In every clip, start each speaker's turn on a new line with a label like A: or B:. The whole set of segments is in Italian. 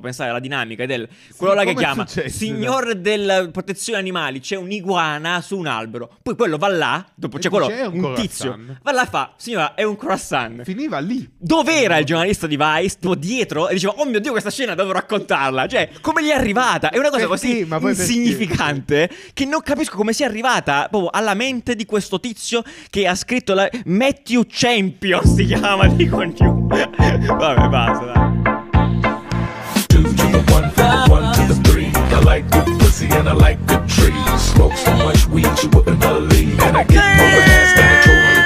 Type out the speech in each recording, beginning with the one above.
A: pensare alla dinamica del quello là che
B: come è
A: chiama
B: successo,
A: signor della protezione animali, c'è un'iguana su un albero. Poi quello va là, dopo
B: E
A: c'è quello
B: dice, "È un
A: un tizio.
B: croissant."
A: Va là e fa, signora, è un croissant.
B: Finiva lì.
A: Dov'era il giornalista di Vice? Stavo dietro e diceva: Oh mio dio, questa scena devo raccontarla. Cioè, come gli è arrivata? È una cosa
B: Perché?
A: così
B: Eh, Ma poi perché?
A: insignificante che non capisco come sia arrivata proprio alla mente di questo tizio che ha scritto la Matthew Champion. Si chiama di New. Vabbè, basta. dai.
C: Two to the one, from one to the three. I like good pussy and I like good trees. Smoke so much weed you wouldn't believe. And I get more ass than a toilet.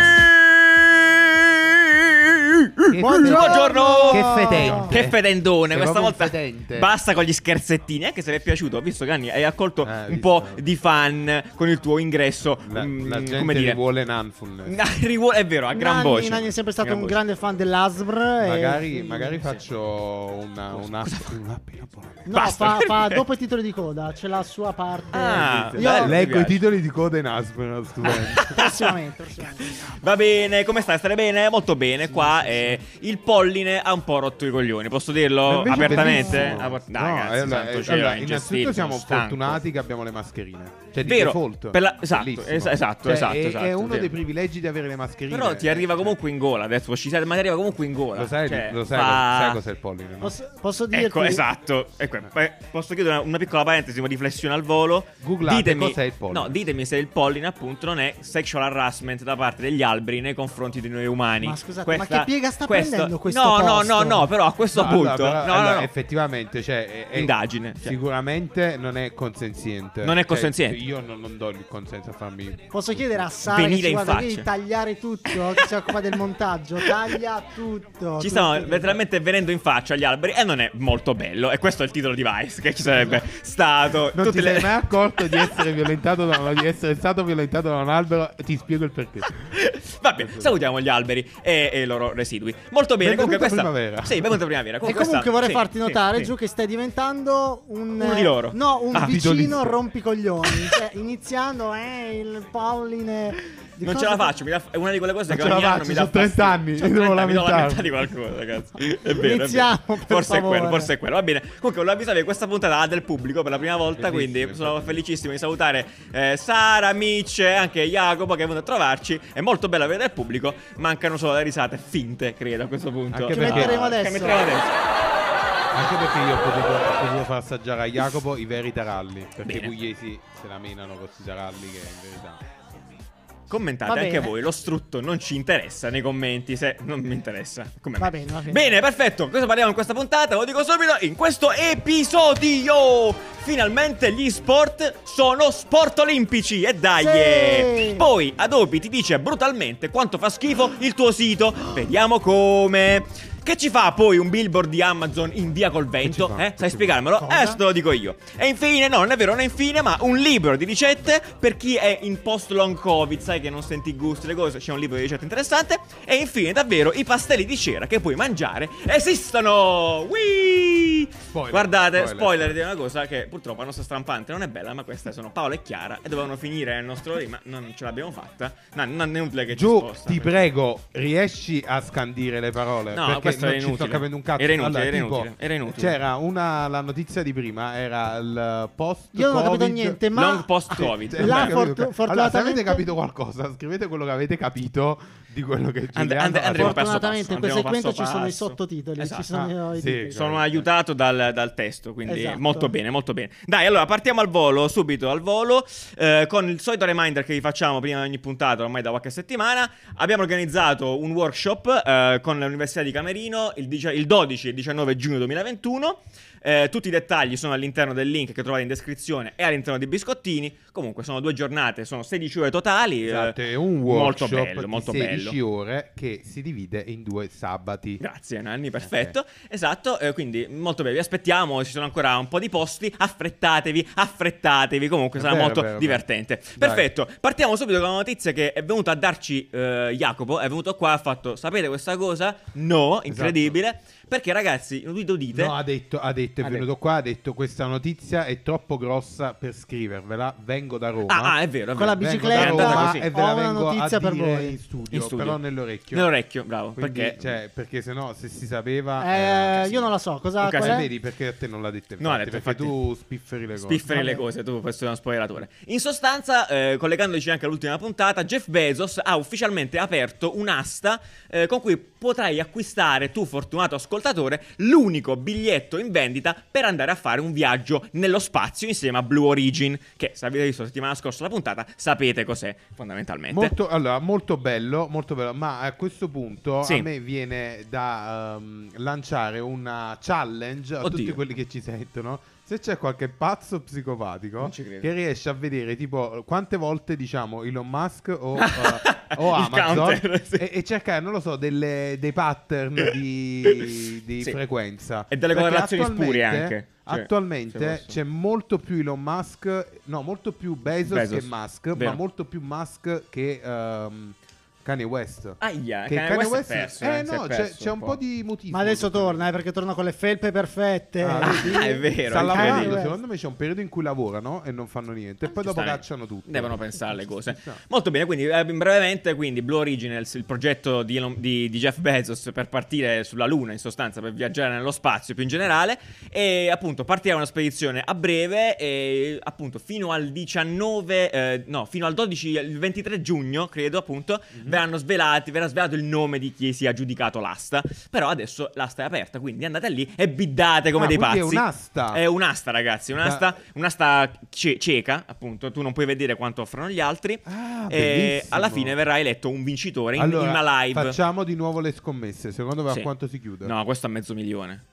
D: Che-
A: Buongiorno!
D: Che fedente.
A: Che fedendone,
D: Sei
A: questa
D: proprio
A: volta
D: un fedente.
A: basta con gli scherzettini. Anche se vi è piaciuto, ho visto che Anni hai accolto
B: Eh,
A: un
B: visto.
A: po' di fan con il tuo ingresso.
B: La,
A: mm,
B: la gente
A: come
B: li
A: dire,
B: vuole Nanfulness.
A: Rivuo- è vero, a gran
E: Nanni,
A: voce.
E: Nanni è sempre stato
A: Gran
E: un
A: voce.
E: grande fan dell'Asbr.
B: Eh,
E: e-
B: Magari, magari faccio una, una, una
E: No,
A: Basta.
E: fa, fa dopo i titoli di coda, c'è la sua parte.
A: Ah,
E: Io-
A: bello. mi
B: Eh, Leggo
A: piace.
B: i titoli di coda in Aspen. stupendo.
E: prossimamente, prossimamente.
A: Va bene, come stai? Stare bene? Molto bene. qua eh, il polline ha un po' rotto i coglioni, posso dirlo
B: Ma invece è
A: apertamente?
B: bellissimo.
A: Ah, por- Dai,
B: No,
A: ragazzi,
B: allora,
A: santo
B: eh,
A: cielo,
B: allora,
A: è ingestibile,
B: innanzitutto siamo
A: sono stanco.
B: fortunati che abbiamo le mascherine. Cioè, di
A: Vero,
B: default.
A: per la- esatto,
B: Bellissimo.
A: es- esatto,
B: Cioè,
A: esatto,
B: È, è
A: esatto,
B: uno
A: sì.
B: dei privilegi di avere le mascherine.
A: Però ti arriva comunque in gola, adesso ci siete, ma ti arriva comunque in gola.
B: Lo sai,
A: Cioè,
B: lo sai,
A: fa-
B: sai cos'è il polline? no?
E: Posso, posso dirti
A: Ecco, esatto. Ecco, eh, posso chiudere una, una piccola parentesi, una riflessione al volo.
B: Googlate
A: ditemi,
B: cos'è il polline.
A: No, ditemi se il polline, appunto, non è sexual harassment da parte degli alberi nei confronti di noi umani.
E: Ma scusate, ma che piega sta prendendo questo
A: No, no,
E: posto?
A: no, no, però a questo
B: No,
A: punto.
B: allora, però,
A: no,
B: allora,
A: no, no.
B: effettivamente, cioè, è- è-
A: Indagine, cioè.
B: Sicuramente non è consenziente.
A: Non è
B: Cioè,
A: consenziente.
B: io non, non do il consenso a farmi.
E: Posso chiedere a Sara che
A: Venire
E: ci
A: in
E: guarda lì di
A: faccia.
E: tagliare tutto? Che si occupa del montaggio, taglia tutto.
A: Ci stanno
E: tutto.
A: letteralmente venendo in faccia agli alberi e non è molto bello. E questo è il titolo di Vice che ci sarebbe
E: Esatto.
A: stato.
B: Non
A: Tutte
B: ti
A: le-
B: sei mai accorto di essere violentato da- di essere stato violentato da un albero? Ti spiego il perché.
A: Vabbè, salutiamo gli alberi e, e i loro residui. Molto bene, comunque
B: Benvenuta
A: questa
B: primavera.
A: Sì, benvenuta primavera.
E: E
A: Comunque questa-
E: comunque vorrei
A: sì, sì,
E: farti notare,
A: sì.
E: Giù, che stai diventando un...
A: Uno di loro.
E: No, un
A: Ah,
E: vicino
B: titolista.
E: rompicoglioni. cioè, iniziando, eh, il polline... di
A: non
E: cosa-
A: ce la faccio, mi dà- è una di quelle cose
B: Non
A: che
B: ce la
A: ogni anno
B: faccio,
A: mi dà
B: sono 30
A: fastidio.
B: anni,
A: Sono
B: devo
A: 30 mi devo
B: lamentarmi.
A: lamentare di qualcosa, ragazzi. È vero, è
E: Iniziamo,
A: vero.
E: per
A: Forse è quello,
E: favore.
A: forse è quello. Va bene. Comunque volevo avvisare che questa puntata ha del pubblico per la prima volta,
B: Bellissimo,
A: quindi sono
B: infatti.
A: felicissimo di salutare eh, Sara, Mitch e anche Jacopo che è venuto a trovarci. È molto bello avere del pubblico, mancano solo le risate finte, credo, a questo punto.
B: Anche
E: Che
B: perché-
E: metteremo
A: Ah, che
E: adesso.
A: metteremo adesso.
B: Anche perché io ho potuto, ho potuto far assaggiare a Jacopo i veri taralli. Perché i
A: Bene.
B: pugliesi se la menano con questi taralli che in verità.
A: Commentate
E: Va
A: anche
E: bene.
A: voi, lo strutto non ci interessa nei commenti, se non mi interessa. Come
E: Va
A: me.
E: bene, va bene.
A: perfetto, cosa parliamo in questa puntata? Lo dico subito, in questo episodio! Finalmente gli sport sono sport olimpici e dai!
E: Sì!
A: Poi Adobe ti dice brutalmente quanto fa schifo il tuo sito. Vediamo come. Che ci fa poi un billboard di Amazon in via col vento?
B: Che ci fa?
A: Eh?
B: Che
A: Sai
B: ci fa?
A: spiegarmelo?
E: Cosa?
A: Eh, sto te lo dico io. E infine, no, non è vero, non è infine, ma un libro di ricette per chi è in post long covid, sai che non senti il gusto, le cose, c'è un libro di ricette interessante. E infine, davvero, i pastelli di cera che puoi mangiare esistono! Whee!
B: Spoiler,
A: Guardate, spoiler,
B: spoiler.
A: di una cosa che purtroppo la nostra stampante non è bella, ma queste sono Paola e Chiara e dovevano finire nel nostro lì, ma non ce l'abbiamo fatta. No, non è utile che ci
B: Giù,
A: sposta,
B: ti
A: perché-
B: prego, riesci a scandire le parole?
A: No,
B: perché
A: questo
B: non
A: era
B: ci
A: inutile.
B: sto capendo un cazzo.
A: Era inutile,
B: Allora,
A: era
B: tipo,
A: inutile, era inutile.
B: C'era una, la notizia di prima, era il Cioè, post
E: Io non ho capito niente, ma...
A: Long post covid.
E: La
B: Allora,
E: fortu-
B: allora, se
E: fortunatamente-
B: avete capito qualcosa, scrivete quello che avete capito di quello che
A: And-
B: Giuliano
A: and-
B: ha
A: andremo passo
B: detto.
A: passo,
E: Fortunatamente in quel
A: andremo
E: segmento
A: passo
E: ci sono i
A: passo.
E: sottotitoli,
A: Esatto.
E: ci sono
B: Ah,
E: i
B: sì,
E: titoli.
B: esatto.
A: Sono aiutato dal, dal testo, quindi
E: Esatto.
A: molto bene, molto bene. Dai, allora partiamo al volo, subito al volo, eh, con il solito reminder che vi facciamo prima di ogni puntata, ormai da qualche settimana. Abbiamo organizzato un workshop eh, con l'Università di Camerino il, dici- il 12 e 19 giugno 2021. Eh, tutti i dettagli sono all'interno del link che trovate in descrizione e all'interno di Biscottini. Comunque sono due giornate, sono 16 ore totali. eh,
B: Esatto, è un
A: molto
B: workshop
A: bello,
B: di
A: molto
B: 16
A: bello.
B: ore che si divide in due sabati.
A: Grazie
B: Eh,
A: Nanni, perfetto. Esatto, eh, quindi molto bene, vi aspettiamo, ci sono ancora un po' di posti, affrettatevi, affrettatevi, comunque
B: È
A: sarà
B: vero,
A: molto
B: è vero, è vero.
A: divertente.
B: Dai.
A: Perfetto, partiamo subito con una notizia che è venuta a darci eh, Jacopo, è venuto qua, ha fatto, sapete questa cosa? No, incredibile. Perché ragazzi, lui lo dite.
B: Esatto. No, ha detto, ha detto, è
E: Ha
B: venuto
E: detto.
B: qua, ha detto questa notizia è troppo grossa per scrivervela, vengo da Roma.
A: ah, ah, è vero, è vero.
E: Con la
B: Vengo
E: bicicletta,
B: da
A: È andata
B: Roma
A: così.
B: e ve la
E: ho una
B: vengo
E: notizia
B: a
E: per
B: dire
E: voi.
B: in studio,
A: In studio.
B: però nell'orecchio.
A: Nell'orecchio, bravo.
B: Quindi,
A: perché...
B: cioè, perché se no, se si sapeva...
E: Eh,
B: era-
E: io non la so, eh? cosa
A: Un
E: qual
A: caso,
E: è?
B: vedi perché a te non l'ha detto infatti,
A: No, ha detto,
B: perché
A: infatti.
B: tu spifferi le cose.
A: Spifferi le
E: Vabbè.
A: cose, tu questo è uno spoileratore. In sostanza, eh, collegandoci anche all'ultima puntata, Jeff Bezos ha ufficialmente aperto un'asta eh, con cui potrai acquistare, tu fortunato ascoltatore, l'unico biglietto in vendita per andare a fare un viaggio nello spazio insieme a Blue Origin, che se avete visto la settimana scorsa la puntata sapete cos'è fondamentalmente.
B: Molto, allora, molto bello, molto bello, ma a questo punto
A: Sì.
B: a me viene da ehm, lanciare una challenge a
A: Oddio.
B: tutti quelli che ci sentono. Se c'è qualche pazzo psicopatico
A: Non ci credo.
B: che riesce a vedere tipo quante volte diciamo Elon Musk o, eh, o
A: Il
B: Amazon
A: counter, sì.
B: e, e cercare, non lo so, delle- dei pattern di, di
A: Sì.
B: frequenza
A: E delle
B: Perché
A: correlazioni spurie
B: attualmente-
A: anche. Cioè, se
B: attualmente
A: posso.
B: c'è molto più Elon Musk, no, molto più Bezos,
A: Bezos,
B: che Musk,
A: vero.
B: ma molto più Musk che ehm, Kanye West.
A: Aia,
B: Che
A: Ah, Kanye West è perso,
B: eh,
A: eh, si è
B: no, c'è,
A: perso
B: c'è un po' di mutismo.
E: Ma adesso torna, eh, perché torna con le felpe perfette.
B: Ah, vedi?
A: Ah, è vero,
B: Sta
A: è
B: lavorando,
E: incredibile.
B: secondo me c'è un periodo in cui lavorano e non fanno niente, e poi dopo
A: Giustamente.
B: cacciano tutto.
A: Devono pensare alle cose.
B: Ci sta.
A: Molto bene, quindi eh, brevemente, quindi Blue Originals, il progetto di, Elon- di- di Jeff Bezos per partire sulla Luna, in sostanza, per viaggiare nello spazio più in generale, e appunto partirà una spedizione a breve, e appunto fino al 19, eh, no, fino al 12, il 23 giugno, credo appunto,
B: Mhm.
A: verranno svelati, verrà svelato il nome di chi si è aggiudicato l'asta, però adesso l'asta è aperta, quindi andate lì e biddate come
B: Ah,
A: dei
B: quindi
A: pazzi.
B: è un'asta.
A: È un'asta, ragazzi, un'asta, un'asta ce- cieca, appunto, tu non puoi vedere quanto offrono gli altri.
B: Ah,
A: e
B: bellissimo.
A: alla fine verrà eletto un vincitore in,
B: Allora,
A: in una live.
B: Facciamo di nuovo le scommesse. Secondo me
A: Sì.
B: a quanto si chiude?
A: No, questo è mezzo milione.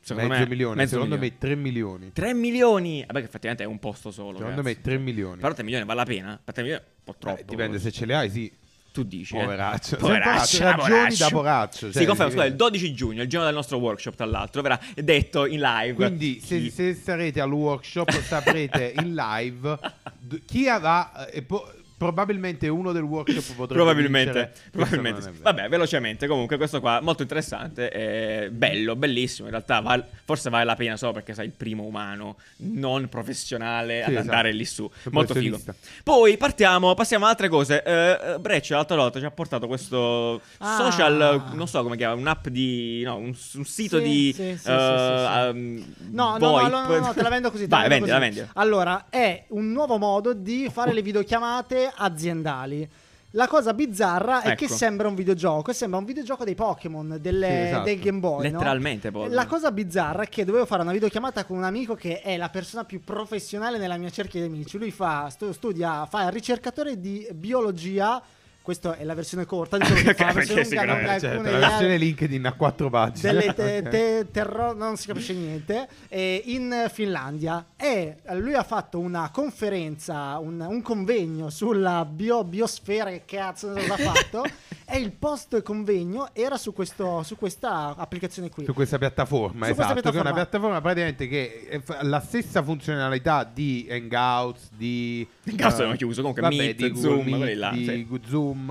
A: Secondo
B: mezzo
A: me,
B: milione.
A: mezzo
B: secondo
A: milione.
B: me 3 milioni.
A: 3 milioni. Vabbè, che effettivamente è un posto solo.
B: Secondo
A: ragazzi.
B: me 3 milioni.
A: Però 3 milioni vale la pena? Per 3 milioni è un po' troppo.
B: Eh, dipende se ce le hai, sì.
A: Tu dici. eh.
B: Poveraccio.
A: Poveraccio.
B: Sempre ragioni
A: poveraccio.
B: da poraccio, cioè,
A: si conferma,
B: si
A: scusa,
B: vede.
A: il 12 giugno, il giorno del nostro workshop, tra l'altro, verrà detto in live.
B: Quindi se,
A: Chi-
B: se sarete al workshop saprete in live d- chi avrà eh, e po- probabilmente uno del workshop potrà
A: Probabilmente, probabilmente sì. Vabbè, velocemente. Comunque, questo qua molto interessante. eh, bello, bellissimo. In realtà, val- forse vale la pena solo perché sei il primo umano non professionale
B: Sì,
A: ad
B: esatto.
A: andare lì su.
B: Professionista.
A: Molto figo. Poi partiamo, passiamo ad altre cose. Eh, eh, Breccia l'altra volta ci ha portato questo
E: Ah.
A: social, eh, non so come chiama, un'app di. no, un, un sito
E: Sì,
A: di. eh,
E: sì, sì, sì, sì, sì.
A: ehm,
E: No, no, no,
A: VoIP.
E: no, no, no, te la vendo così. te
A: Vai,
E: la vendo
A: vendi, la
E: così.
A: vendi.
E: Allora, è un nuovo modo di fare le videochiamate aziendali. La cosa bizzarra è
A: Ecco.
E: che sembra un videogioco, sembra un videogioco dei Pokémon, delle-
B: Sì, esatto.
E: dei Game Boy. no?
A: Letteralmente,
B: Boh,
A: poi.
E: La cosa bizzarra è che dovevo fare una videochiamata con un amico che è la persona più professionale nella mia cerchia di amici. Lui fa, stu- studia, fa il ricercatore di biologia. Questa è la versione corta, diciamo che fa la
A: Perché
E: versione lunga, non-
A: sicuramente,
E: alcune
B: Cioè,
E: le
B: la
E: altre-
B: versione LinkedIn a quattro pagine.
E: delle te- te- terro- non si capisce niente eh, in Finlandia e lui ha fatto una conferenza un, un convegno sulla bio- biosfera che cazzo non so cosa ha fatto e il post convegno era su, questo, su questa applicazione qui
B: Su questa piattaforma,
E: Su questa
B: esatto, che è una
E: piattaforma.
B: piattaforma praticamente che eh, fa- ha la stessa funzionalità di Hangouts, di...
A: Hangouts
B: eh,
A: hanno chiuso, comunque Meet,
B: di Google
A: Zoom,
B: Meet,
A: quelli là,
B: di
A: sì.
B: Google Zoom,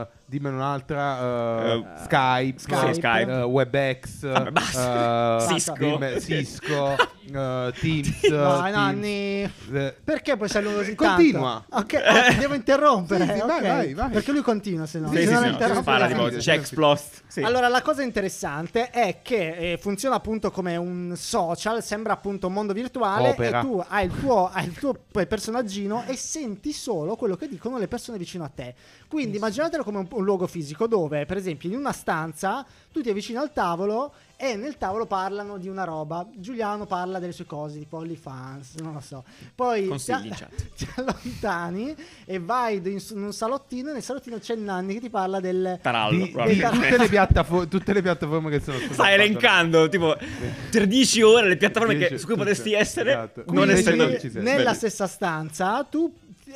B: eh, dimmene un'altra, eh,
A: Eh,
B: Skype,
E: Skype.
A: Sì, Skype.
B: eh, WebEx,
A: Vabbè, basta.
B: eh,
A: Cisco.
B: dimmi- Cisco, eh, Teams,
E: Vai,
B: Teams,
E: Nanni.
B: eh,
E: Perché poi si allunga così
B: Continua. Eh.
E: tanto? Ok, ah, ti devo interrompere.
B: Sì, sì, vai,
E: ok.
B: vai, vai.
E: Perché lui continua, se no.
A: Sì,
E: se
A: sì,
E: non
A: sì, no,
E: interrompo,
A: spara
E: la-
A: tipo
B: Sì, sì,
A: check
B: sì.
A: explost. Sì.
E: Allora, la cosa interessante è che eh, funziona appunto come un social, sembra appunto un mondo virtuale
B: Opera.
E: e tu hai il, tuo, hai il tuo p- personaggino e senti solo quello che dicono le persone vicino a te. Quindi immaginatelo come un, un luogo fisico dove, per esempio, in una stanza tu ti avvicini al tavolo e nel tavolo parlano di una roba. Giuliano parla delle sue cose, tipo OnlyFans, non lo so. Poi
A: Consigli in
E: ti-
A: chat.
E: ti allontani e vai in, in un salottino e nel salottino c'è Nanni che ti parla del...
A: Tarallo,
B: di, di
A: probabilmente.
B: tutte, le piattafo- tutte le piattaforme che sono state
A: Stai elencando tipo 13 ore le piattaforme che- su cui potresti essere,
B: Esatto.
A: non
E: Quindi,
A: essendo
B: Invece-
E: nella
A: Belli.
E: stessa stanza tu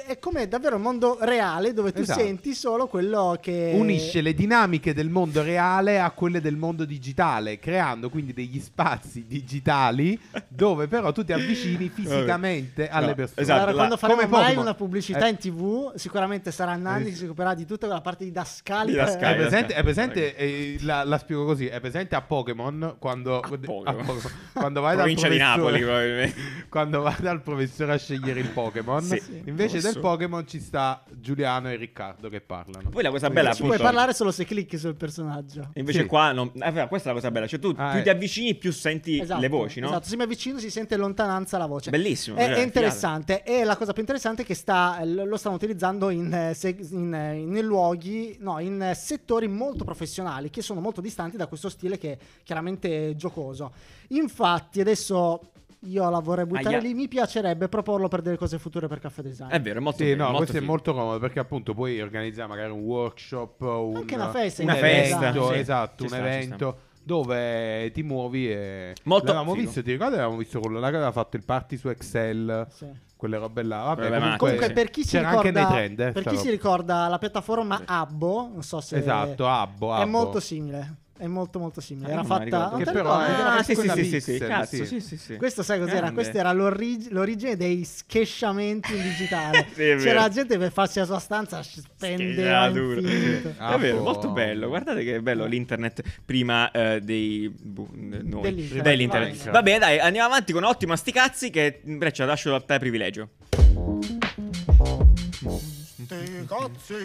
E: è come davvero un mondo reale dove tu
B: Esatto.
E: senti solo quello che
B: Unisce le dinamiche del mondo reale a quelle del mondo digitale, creando quindi degli spazi digitali dove però tu ti avvicini fisicamente
A: No,
B: alle persone.
A: esatto,
E: Allora,
A: la-
E: quando faremo
B: come
E: mai
B: Pokémon.
E: una pubblicità
B: Eh.
E: in tv, sicuramente sarà Nanni
B: Eh,
E: che
B: sì.
E: si occuperà di tutta quella parte didascalica.
A: Didascalica.
B: È
A: Dai,
B: presente,
A: dai.
B: è presente, eh, la, la spiego così, è presente a Pokémon quando,
A: A Pokémon.
B: a Pokémon. quando vai
A: Provincia
B: dal
A: di
B: professore-
A: Napoli, probabilmente.
B: Quando vai dal professore a scegliere il Pokémon,
A: Sì.
B: invece
A: Posso?
B: del Pokémon ci sta Giuliano e Riccardo che parlano.
A: Poi la cosa bella,
E: Ci puoi
A: appunto.
E: parlare solo se clicchi sul personaggio.
A: e Invece
B: Sì.
A: qua, non- eh, però questa è la cosa bella, cioè tu
B: Ah,
A: più
B: eh.
A: ti avvicini più senti
E: Esatto,
A: le voci, no?
E: Esatto, se mi avvicino si sente in lontananza la voce.
A: Bellissimo.
E: È,
A: cioè,
E: è interessante e la cosa più interessante è che sta, l- lo stanno utilizzando in, eh, seg- in, eh, in luoghi, no, in eh, settori molto professionali che sono molto distanti da questo stile che è chiaramente giocoso. Infatti adesso io la vorrei buttare
A: Aia.
E: lì, mi piacerebbe proporlo per delle cose future per Caffè Design.
B: Eh,
A: È vero, è molto
B: Sì,
A: bello,
B: no, questo è
A: figo.
B: molto comodo perché appunto puoi organizzare magari un workshop, un,
E: Anche una festa,
B: un
A: Una festa,
B: evento,
A: sì. Ci
B: esatto, un
A: sta, ci
B: evento dove ti muovi e
A: Molto
B: l'avevamo
A: figo.
B: visto, ti ricordi avevamo visto quello là che aveva fatto il party su Excel,
E: Sì.
B: quelle robe là. Vabbè,
A: Vabbè, ma-
E: Comunque per chi si
B: c'era
E: ricorda
B: anche nei trend, eh,
E: per
B: sta
E: chi
B: roba.
E: si ricorda la piattaforma Abbo, non so se
B: Esatto, Abbo,
E: È
B: Abbo.
E: molto simile. È molto molto simile.
A: Ah,
E: Era
A: non me la
E: fatta
A: ricordo.
E: non
B: Che
E: te la
B: però-
E: ricordi?
B: era
A: Ah,
B: fatta
A: sì, sì,
B: quella
A: sì, sì, sì,
B: pixel,
A: cazzo,
B: sì.
A: sì, sì, sì.
E: Questo sai cos'era?
A: Grande.
E: Questa era l'origi- l'origine dei schesciamenti in digitale.
A: Sì, è vero.
E: C'era gente per farsi la sua stanza spendeva
A: Scheggia duro.
E: all'infinito.
B: Ah,
A: è vero,
B: boh.
A: molto bello. Guardate che bello l'internet prima eh, dei boh, eh, noi.
E: Dell'internet.
A: dell'internet.
B: Minecraft.
A: Vabbè, dai, andiamo avanti con ottima sti cazzi che breccia lascio a te privilegio.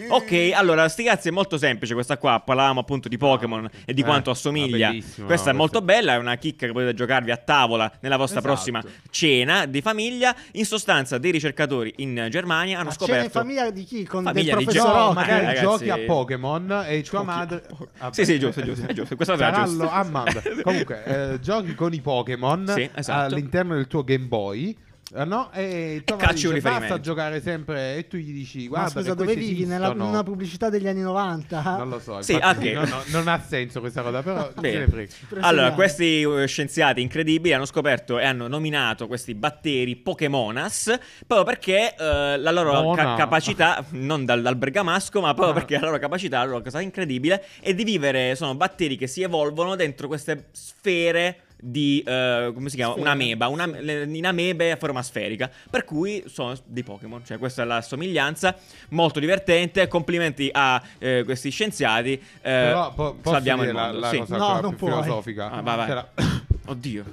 A: Ok, allora, sti cazzi è molto semplice questa qua. Parlavamo appunto di Pokémon e di
B: Eh,
A: quanto
B: ma
A: assomiglia.
B: bellissimo,
A: questa è
B: no,
A: molto
B: questo-
A: bella, è una chicca che potete giocarvi a tavola nella vostra
B: Esatto.
A: prossima cena di famiglia. In sostanza, dei ricercatori in Germania hanno
E: Ma
A: scoperto.
E: c'era in famiglia di chi? Con
A: Famiglia di
E: del
B: No,
E: professor Eh,
A: Geo-
E: Oak?
B: magari
A: ragazzi.
B: giochi a Pokémon e tua madre.
A: Pokémon. Sì, sì, giusto, giusto, è giusto. Questa era
B: Sarallo
A: giusta.
B: a Amanda. Comunque, eh, giochi con i Pokémon
A: Sì, esatto.
B: all'interno del tuo Game Boy. eh, no? E
A: E
B: tua madre
A: cacci un
B: dice,
A: riferimento."
B: basta giocare sempre. E tu gli dici:
E: Ma
B: Guarda,
E: scusa,
B: che
E: dove
B: questi
E: vivi? Nella,
B: esistono."
E: Una pubblicità degli anni 90?
B: Non lo so.
A: Sì,
B: infatti,
A: anche-
B: no, no, non ha senso questa cosa, però.
A: Bene.
B: se ne frega.
A: Allora, questi eh, scienziati incredibili hanno scoperto e hanno nominato questi batteri Pokémonas proprio perché eh, la loro
B: Mona.
A: ca- capacità, non dal, dal bergamasco, ma proprio
B: Ah.
A: perché la loro capacità, la loro cosa incredibile, è di vivere, sono batteri che si evolvono dentro queste sfere di, eh, come si chiama,
E: Sfere.
A: un'ameba, una, le- in amebe a forma sferica, per cui sono dei Pokémon, cioè questa è la somiglianza, molto divertente, complimenti a eh, questi scienziati, eh,
B: Però po- posso
A: salviamo
B: dire
A: il
B: la,
A: mondo.
B: la
A: Sì.
B: cosa
E: No,
B: ancora
E: non
B: più
E: puoi.
B: filosofica.
A: Ah, vai, vai.
B: Cioè, la-
A: Oddio,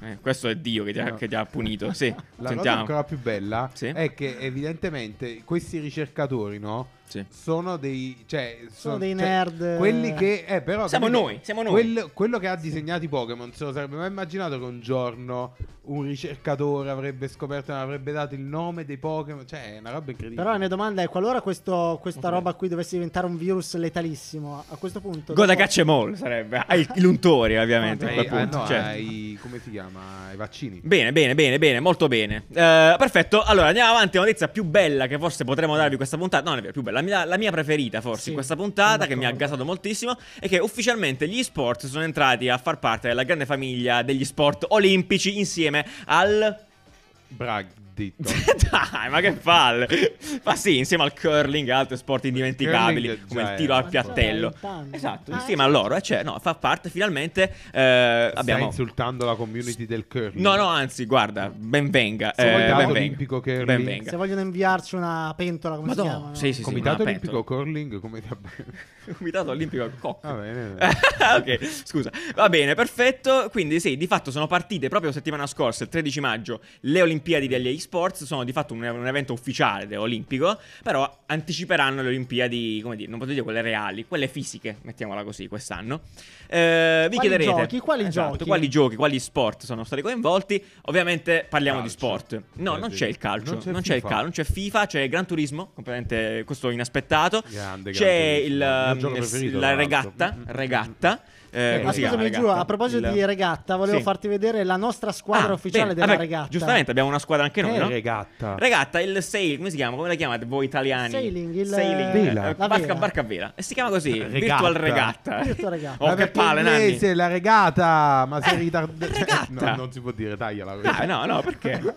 A: Eh, questo è Dio che ti ha,
B: No.
A: che ti ha punito. Sì,
B: La cosa
A: sentiamo.
B: ancora più bella
A: Sì.
B: è che evidentemente questi ricercatori, no?
A: Sì.
B: Sono dei, cioè, son-
E: dei
B: cioè,
E: nerd.
B: Quelli che, eh, però,
A: Siamo
B: capito?
A: noi, siamo noi.
B: Quello, quello che ha disegnato i Pokémon. Se lo sarebbe mai immaginato che un giorno un ricercatore avrebbe scoperto e avrebbe dato il nome dei Pokémon. Cioè, è una roba incredibile.
E: Però la mia domanda è: qualora questo- questa
A: Ok.
E: roba qui dovesse diventare un virus letalissimo, a questo punto.
A: Goda
E: dopo-
A: caccia e mall sarebbe. Ah, Ai i luntori, ovviamente. a
B: Ai-
A: quel
B: ah,
A: punto,
B: no,
A: certo.
B: ai- come si chiama? I vaccini.
A: Bene, bene, bene, bene, molto bene. Eh, perfetto, allora andiamo avanti. La notizia più bella che forse potremmo darvi questa puntata. No, non è vero, più bella. La mia, la mia preferita, forse,
E: Sì,
A: in questa puntata,
E: sono
A: che mi ha
E: d'accordo.
A: gasato moltissimo, è che ufficialmente gli sport sono entrati a far parte della grande famiglia degli sport olimpici insieme al.
B: Bragdito.
A: Dai, ma che palle! Ma sì, insieme al curling e altri sport indimenticabili,
B: curling cioè,
A: come
B: già
A: il tiro
B: era.
A: al piattello.
E: Ma già era
A: Esatto,
E: Cioè, Ah,
A: insieme a loro, eh, cioè, no, fa parte finalmente. eh,
B: Stai
A: abbiamo.
B: insultando la community del curling.
A: No, no, anzi, guarda, eh, benvenga.
B: Se vogliamo
A: Benvenga.
B: olimpico curling.
E: Se
A: Benvenga.
E: vogliono inviarci una pentola, come si
A: Madonna,
E: chiama? no?
A: sì, sì, sì,
B: Comitato
A: una
B: Olimpico
A: pentola.
B: Curling, come ti abbia-
A: Comitato Olimpico Cocco.
B: Va bene.
A: Eh, ok, scusa. Va bene, perfetto. Quindi sì, di fatto sono partite proprio settimana scorsa, il 13 maggio, le Olimpiadi degli eSports. Sono di fatto un, un evento ufficiale de- olimpico, però anticiperanno le Olimpiadi, come dire, non potete dire quelle reali, quelle fisiche, mettiamola così, quest'anno. Eh, vi
E: Quali
A: chiederete...
E: giochi? Quali
A: Esatto,
E: giochi?
A: Quali giochi, quali sport sono stati coinvolti? Ovviamente parliamo di
B: Calcio.
A: sport. No,
B: Eh
A: non
B: sì.
A: c'è il calcio, non c'è,
B: Non c'è
A: il
B: FIFA.
A: calcio, non c'è FIFA, c'è Gran Turismo, completamente questo inaspettato.
B: Grande, grande
A: c'è
B: Turismo.
A: il,
B: Il mio
A: ehm,
B: gioco
A: s-
B: preferito,
A: la
B: tra l'altro. Mm.
A: regatta,
B: Mm-mm.
A: regatta. eh,
B: Eh,
A: come
E: Ma
A: si chiama,
E: scusami,
A: regatta?
E: giù, a proposito
A: Il-
E: di regatta, volevo
A: Sì.
E: farti vedere la nostra squadra
A: Ah,
E: ufficiale
A: bene.
E: della
A: Vabbè,
E: regatta.
A: Giustamente abbiamo una squadra anche noi,
B: Eh,
A: no?
B: regatta.
A: Regatta, il sail, come si chiama? Come la chiamate voi italiani?
E: Sailing, il-
A: Sailing,
B: Vela.
A: eh,
E: La
A: barca,
E: vela.
A: barca a vela. E si chiama così,
B: Regatta.
A: virtual regatta.
E: Virtual regatta.
A: Oh,
B: Ma
A: che
B: perché
A: palle, Nanni. Eh,
B: inglese, la regata, ma sei ritardato.
A: regatta.
B: non si può dire, tagliala.
A: Dai, no, no, perché?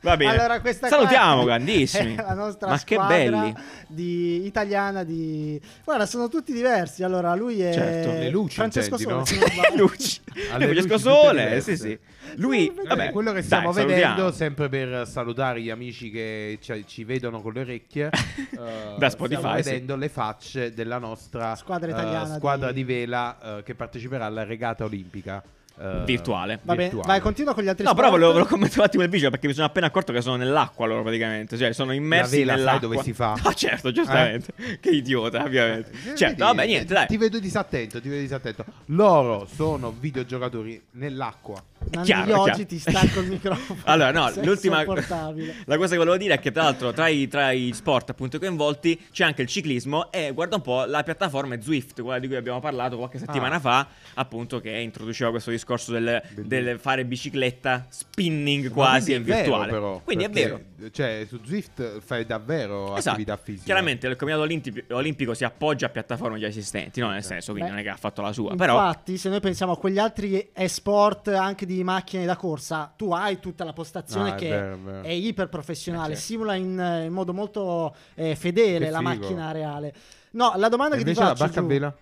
A: Va bene.
E: Allora, questa qua
A: Salutiamo,
E: è
A: grandissimi.
E: La nostra
A: Ma che
E: squadra
A: belli.
E: Di, italiana di... Guarda, sono tutti diversi. Allora, lui è...
A: Certo. Le
B: luci,
E: Francesco
B: intendi, no?
E: Sole, se non sbaglio.
A: Luci.
B: Alle
A: Francesco
B: luci tutte
A: Sole,
B: diverse.
A: sì, sì. Lui,
E: Vabbè,
A: vabbè,
B: quello che
A: dai,
B: stiamo vedendo,
A: salutiamo.
B: sempre per salutare gli amici che ci, ci vedono con le orecchie, eh,
A: Da Spotify,
B: stiamo
A: sì.
B: vedendo le facce della nostra
E: Squadra
B: eh,
E: italiana
B: squadra
E: di-
B: di... vela eh, che parteciperà alla regata olimpica eh,
A: Virtuale.
E: Va bene,
B: virtuale.
E: vai, continua con gli altri
A: No, però
E: sport.
A: volevo, volevo commentare un attimo il video perché mi sono appena accorto che sono nell'acqua loro praticamente, cioè sono immersi
B: vela sai
A: nell'acqua.
B: dove si fa?
A: No, certo, giustamente. Che idiota, ovviamente.
B: Eh,
A: Cioè,
B: vedi,
A: no, vabbè, niente, dai.
B: Ti vedo disattento, ti vedo disattento. Loro sono videogiocatori nell'acqua.
E: Nanni
A: Chiaro,
E: Iogi,
A: chiaro.
E: ti stacco il microfono.
A: Allora, no,
E: Sei
A: l'ultima
E: insopportabile.
A: La cosa che volevo dire è che, tra l'altro, tra i, tra i sport appunto coinvolti c'è anche il ciclismo e guarda un po' la piattaforma è Zwift, quella di cui abbiamo parlato qualche settimana
B: Ah.
A: fa, appunto, che introduceva questo discorso del,
B: Bellissimo.
A: del fare bicicletta spinning
B: Ma
A: quasi
B: quindi
A: in
B: è vero,
A: virtuale.
B: però,
A: quindi è
B: perché,
A: vero.
B: Cioè, su Zwift fai davvero
A: Esatto.
B: attività fisica.
A: Chiaramente il Comitato Olimpi- Olimpico si appoggia a piattaforme già esistenti, no? Nel
B: Sì.
A: senso, quindi
E: Beh,
A: non è che ha fatto la sua, però
E: Infatti, se noi pensiamo a quegli altri e-sport anche di macchine da corsa, tu hai tutta la postazione
B: Ah, è
E: che
B: vero, è vero.
E: è iper professionale,
A: Eh, certo.
E: simula in, eh, in modo molto eh, fedele
B: Che
E: la
B: figo.
E: macchina reale. No, la domanda
B: E
E: che ti
B: invece la
E: faccio
B: barca a
E: Giù,
B: vela?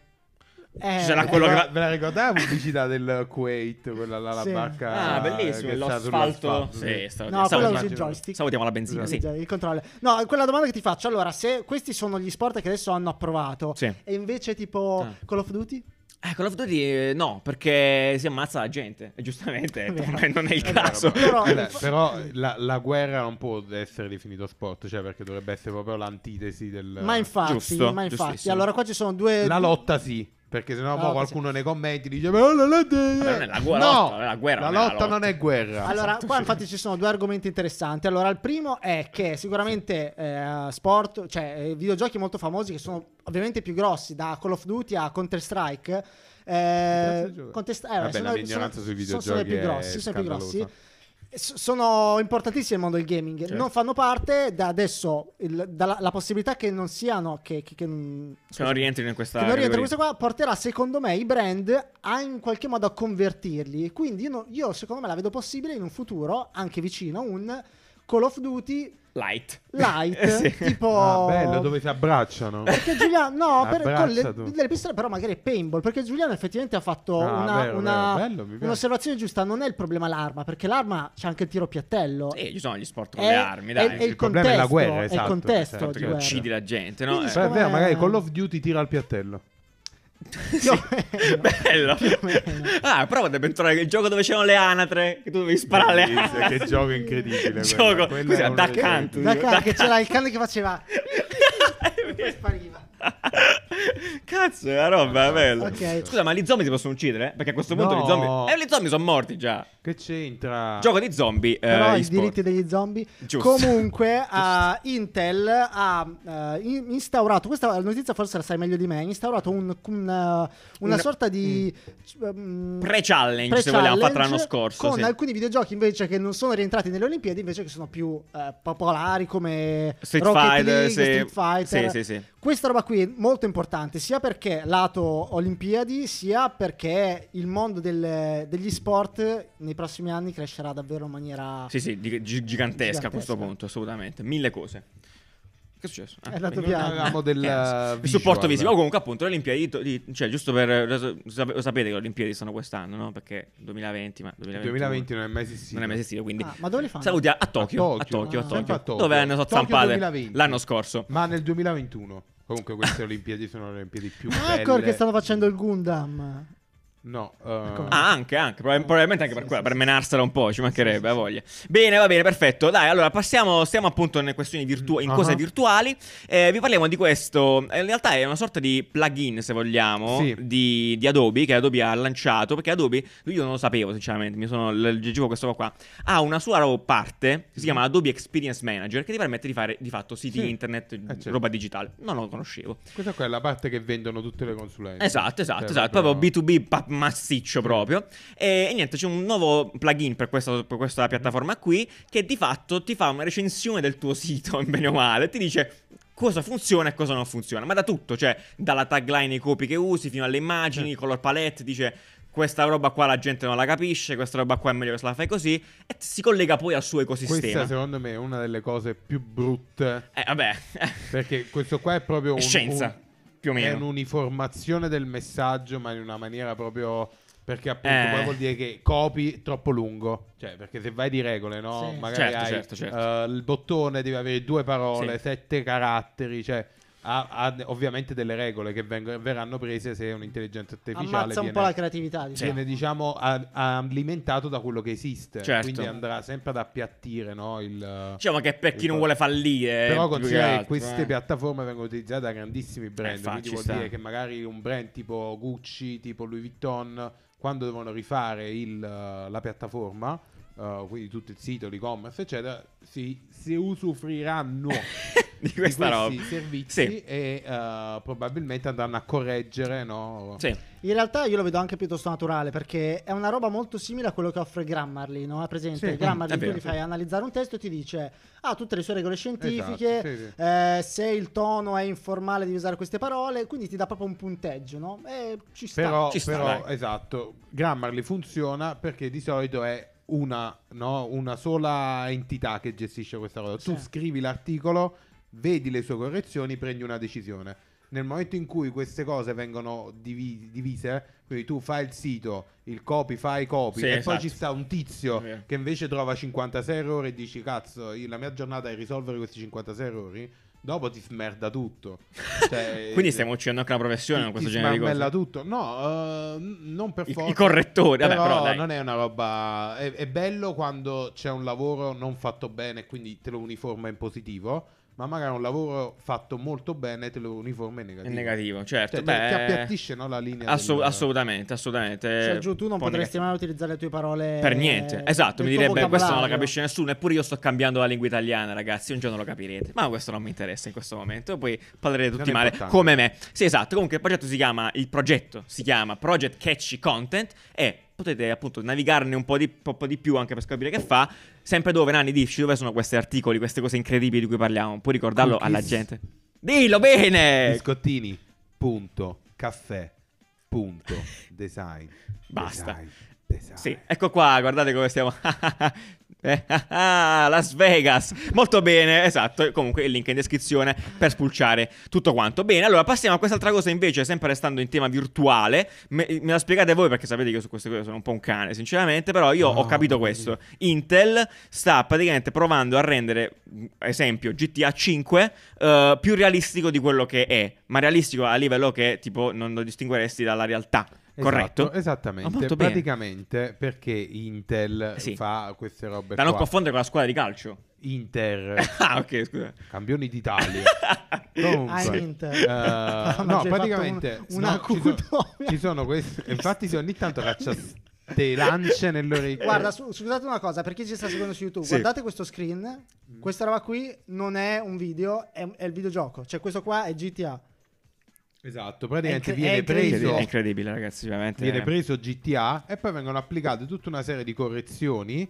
E: è-
A: Ci sarà quello
B: Eh,
A: che
B: ma
A: va-
B: Ve la ricordate la pubblicità del Kuwait, quella là, la
E: Sì.
B: barca?
A: Ah, bellissimo,
B: che sta
A: l'asfalto.
B: sull'asfalto,
A: Sì, sta-
E: No, quello
A: salutiamo-
E: usi il joystick.
A: Salutiamo la benzina, sì.
E: il controllo. No, quella domanda che ti faccio, allora, se questi sono gli sport che adesso hanno approvato,
A: Sì.
E: e invece tipo
A: Ah.
E: Call of Duty?
A: Eh, Call of Duty eh, no, perché si ammazza la gente, e giustamente,
E: È vero.
A: eh, non è il
B: È
A: caso.
B: vero,
E: Però-
B: però, però la, la guerra non può essere definito sport, cioè perché dovrebbe essere proprio l'antitesi del...
E: Ma infatti,
A: giusto,
E: ma infatti.
A: giustissimo.
E: Allora qua ci sono due...
B: La lotta sì, perché sennò
E: La
B: mo
E: lotta
B: qualcuno nei commenti dice "Ma la lotta è-"
A: Vabbè, non è la gu- la
B: no,
A: lotta, la guerra
B: la
A: non è la
B: lotta
A: lotta.
B: non è guerra.
E: Allora, qua infatti ci sono due argomenti interessanti. Allora, il primo è che sicuramente eh, sport, cioè eh, videogiochi molto famosi che sono ovviamente più grossi, da Call of Duty a Counter Strike. Eh,
B: Cazzo gioca?
E: Counter Strike
B: Vabbè, la mia ignoranza sui
E: sono i
B: videogiochi
E: più
B: è
E: grossi, sono i più
B: scandalosa.
E: grossi. S- sono importantissimi nel mondo del gaming.
A: Certo.
E: Non fanno parte da adesso il- dalla, la possibilità che non siano. Che, che, che, non-
A: Se non rientrino in questa
E: che non rientra
A: categoria.
E: questo qua porterà secondo me i brand a in qualche modo a convertirli quindi io, no- io, secondo me la vedo possibile in un futuro anche vicino un Call of Duty
A: Light.
E: light
A: Eh, sì.
E: tipo
B: Ah, bello, dove si abbracciano.
E: perché Giuliano no per, con le,
B: Abbraccia tu.
E: delle pistole però magari è paintball perché Giuliano effettivamente ha fatto
B: Ah,
E: una,
B: vero,
E: una-
B: vero, bello, mi piace.
E: un'osservazione giusta non è il problema l'arma perché l'arma c'è anche il tiro a piattello
A: Sì, ci sono gli sport con
E: è,
A: le armi, dai.
E: è- è
B: Il
E: il
B: problema è la
E: contesto
B: guerra,
E: è il
B: esatto,
E: contesto
B: esatto,
E: di
A: che
E: guerra. certo.
A: uccidi la gente, no?
E: Quindi,
A: Eh.
B: Però è vero,
E: Come-
B: magari Call of Duty tira al piattello.
E: Più o meno.
A: Bello.
E: Più o meno.
A: Ah, però potrebbe entrare il gioco dove c'erano le anatre, che tu dovevi sparare alle
B: Bellissimo,
A: anatre.
B: Che gioco incredibile. quello. eh.
A: Gioco,
B: Quello
A: scusa,
B: è uno
A: da
B: dei
A: canto.
B: giochi.
E: Da
A: Io-
E: cane
A: da
E: che
A: cane.
E: c'era il cane che faceva
A: È
E: e
A: vero.
E: spariva.
A: Cazzo, è una roba è bella.
E: Ok.
A: Scusa, ma gli zombie ti possono uccidere? Perché a questo punto
B: No.
A: gli zombie. Eh, gli zombie sono morti già.
B: Che c'entra?
A: Gioco di zombie. eh,
E: Però i
A: e-sport.
E: diritti degli zombie.
A: Giusto.
E: Comunque, ah, Intel ha eh, in- instaurato. Questa notizia forse la sai meglio di me. Ha instaurato un- un, eh, una
A: Una- Mm.
E: sorta di ehm,
A: Pre-challenge, se vogliamo, fatta l'anno
E: pre-challenge
A: scorso.
E: Con
A: sì.
E: alcuni videogiochi invece che non sono rientrati nelle Olimpiadi, invece che sono più eh, popolari come
A: Street
E: Rocket
A: Fighter,
E: League,
A: sì.
E: Street Fighter.
A: Sì, sì, sì.
E: Questa roba qui è molto importante, sia perché lato Olimpiadi, sia perché il mondo del- degli sport nei prossimi anni crescerà davvero in maniera...
A: Sì, sì, gi- gi- gigantesca a questo
E: Gigantesca.
A: punto, assolutamente. Mille cose. Che è successo?
E: È andato
A: quindi-
E: via.
B: Noi avevamo del
A: Eh,
B: eh,
A: il supporto
B: visual.
A: visivo. O comunque, appunto, le Olimpiadi. di to- di- cioè, giusto per. lo sap- lo sapete che le Olimpiadi sono quest'anno, no? Perché 2020, ma. 2021
B: 2020 non è mai esistito.
A: non è mai esistito. Quindi.
E: Ah, ma dove li fanno?
A: Salutia a Tokyo, a Tokyo, a
B: Tokyo.
E: Ah.
A: Tokyo,
B: Sempre a Tokyo.
A: dove hanno
B: Tokyo
A: stampate
B: 2020.
A: l'anno scorso.
B: Ma nel 2021. Comunque queste Olimpiadi sono le Olimpiadi più belle.
E: Ecco
A: eh.
E: perché stanno facendo il Gundam.
B: No. eh,
E: Ecco.
A: Ah, anche, anche, proba- probabilmente anche
E: Sì,
A: per quella,
E: sì,
A: per
E: sì.
A: menarsela un po', ci mancherebbe, a voglia. Bene, va bene, perfetto. Dai, allora passiamo, stiamo appunto in questioni virtu- in
B: Ah.
A: cose virtuali. Eh, vi parliamo di questo, eh, in realtà è una sorta di plugin, se vogliamo,
B: Sì.
A: di, di Adobe, che Adobe ha lanciato, perché Adobe, io non lo sapevo sinceramente, mi sono, leggevo questo qua, ha una sua parte, che si chiama Adobe Experience Manager, che ti permette di fare di fatto siti
B: Sì.
A: internet,
B: certo.
A: roba digitale. Non lo conoscevo.
B: Questa qua è la parte che vendono tutte le consulenze.
A: Esatto, esatto,
B: Cioè,
A: esatto. Proprio B2B pa- massiccio proprio. E, e niente, c'è un nuovo plugin per questa, per
B: Mm.
A: questa piattaforma qui che di fatto ti fa una recensione del tuo sito, in bene o male. Ti dice cosa funziona e cosa non funziona. Ma da tutto, cioè dalla tagline ai copi che usi fino alle immagini, color palette, dice... questa roba qua la gente non la capisce, questa roba qua è meglio che se la fai così, e si collega poi al suo ecosistema.
B: Questa secondo me è una delle cose più brutte.
A: Eh, vabbè.
B: Perché questo qua è proprio
A: È
B: un,
A: scienza,
B: un-
A: più o meno.
B: È un'uniformazione del messaggio, ma in una maniera proprio. Perché appunto
A: Eh.
B: poi vuol dire che copi troppo lungo. Cioè, perché se vai di regole, no?
E: Sì.
B: Magari
A: Certo,
B: hai
A: certo, certo.
B: eh, il bottone, devi avere due parole,
A: Sì.
B: sette caratteri, cioè. Ha, ha ovviamente delle regole che vengo- verranno prese se un'intelligenza artificiale
E: Ammazza un
B: viene-
E: po' la creatività, diciamo.
B: viene diciamo a- a- alimentato da quello che esiste
A: Certo.
B: quindi andrà sempre ad appiattire no, il
A: Diciamo che per chi
B: il-
A: non vuole fallire.
B: Esatto. però
A: Eh, più che
B: considera che
A: altro,
B: queste
A: eh.
B: piattaforme vengono utilizzate da grandissimi brand
A: infatti,
B: quindi
A: ci
B: vuol
A: sta.
B: dire che magari un brand tipo Gucci tipo Louis Vuitton quando devono rifare il, la piattaforma eh, quindi tutto il sito l'e-commerce eccetera si, si usufruiranno
A: Di
B: di
A: questa
B: questi
A: roba.
B: servizi
A: Sì.
B: e eh, probabilmente andranno a correggere no?
A: Sì.
E: In realtà io lo vedo anche piuttosto naturale perché è una roba molto simile a quello che offre Grammarly, no? È presente?
B: Sì,
A: mm, è
E: Grammarly tu
A: vero.
E: gli fai analizzare un testo e ti dice ah, tutte le sue regole scientifiche,
B: Esatto, sì, sì.
E: eh, se il tono è informale devi usare queste parole, quindi ti dà proprio un punteggio, no? E ci sta.
B: Però,
A: Ci sta,
B: però,
A: dai.
B: esatto, Grammarly funziona perché di solito è una, no, una sola entità che gestisce questa cosa. Tu
A: Certo.
E: Sì.
B: scrivi l'articolo, vedi le sue correzioni, prendi una decisione. Nel momento in cui queste cose vengono divi- divise, quindi tu fai il sito, il copy, fai copy,
A: Sì,
B: e
A: esatto.
B: poi ci sta un tizio
A: È vero.
B: che invece trova 56 errori e dici cazzo, io- la mia giornata è risolvere questi 56 errori, dopo ti smerda tutto. Cioè,
A: Quindi stiamo uccidendo anche la professione con
B: ti-
A: questo
B: ti
A: genere di
B: smarmella
A: cose.
B: tutto. No, eh, n- non per
A: I-
B: forza.
A: i correttori, vabbè, però dai.
B: non è una roba. È, è bello quando c'è un lavoro non fatto bene, e quindi te lo uniforma in positivo. Ma magari un lavoro fatto molto bene te lo uniforma in
A: È
B: negativo.
A: negativo, certo.
B: Cioè,
A: beh,
B: ti appiattisce no, la linea.
A: assu-
B: del-
A: Assolutamente, assolutamente.
E: Cioè, giù tu non
A: Un po'
E: potresti mai utilizzare le tue parole.
A: eh, Per niente,
E: eh,
A: esatto,
E: del
A: mi
E: tuo
A: direbbe questo non la
E: vocabolario.
A: capisce nessuno, eppure io sto cambiando la lingua italiana, ragazzi, un giorno lo capirete, ma questo non mi interessa in questo momento, poi parlerete tutti
B: Non è
A: male
B: importante.
A: come me. Sì, esatto, comunque il progetto si chiama, il progetto si chiama Project Catchy Content e potete appunto navigarne un po' di, po- po' di più anche per scoprire che fa, sempre dove, Nani, dici dove sono questi articoli, queste cose incredibili di cui parliamo, puoi ricordarlo
B: Cookies.
A: alla gente. Dillo bene!
B: Eh, Biscottini, punto, caffè, punto, design.
A: Basta.
B: Design, design.
A: Sì, ecco qua, guardate come stiamo. Eh, ah, ah, Las Vegas. Molto bene, esatto. Comunque il link è in descrizione per spulciare tutto quanto. Bene, allora passiamo a quest'altra cosa invece, sempre restando in tema virtuale. Me, me la spiegate voi perché sapete che io su queste cose sono un po' un cane, sinceramente, però io
B: No,
A: ho capito
B: mamma
A: questo. Intel sta praticamente provando a rendere, mh, esempio, GTA 5 eh, più realistico di quello che è, ma realistico a livello che tipo non lo distingueresti dalla realtà.
B: Esatto,
A: Corretto? Ah,
B: Esattamente.
A: molto bene.
B: Praticamente perché Intel
A: Sì.
B: fa queste robe.
A: Da non
B: qua.
A: confondere con la squadra di calcio.
B: Inter.
A: Ah, ok, scusa.
B: Campioni d'Italia.
E: Ah,
B: Comunque,
E: Inter.
B: eh,
E: Ma
B: no,
E: ci hai
B: praticamente
E: fatto un- una
B: no, ci, so- ci sono,
E: cutomia.
B: questi. Infatti, sì, ogni tanto caccia ste lance nell'orecchio.
E: Guarda, su- scusate una cosa, per chi ci sta seguendo su YouTube,
A: Sì.
E: guardate questo screen. Questa roba qui non è un video, è, è il videogioco. Cioè, questo qua è GTA.
B: esatto, praticamente
E: è
B: viene
E: incredibile.
A: Incredibile,
B: preso.
A: è incredibile, ragazzi, veramente.
B: Viene preso GTA e poi vengono applicate tutta una serie di correzioni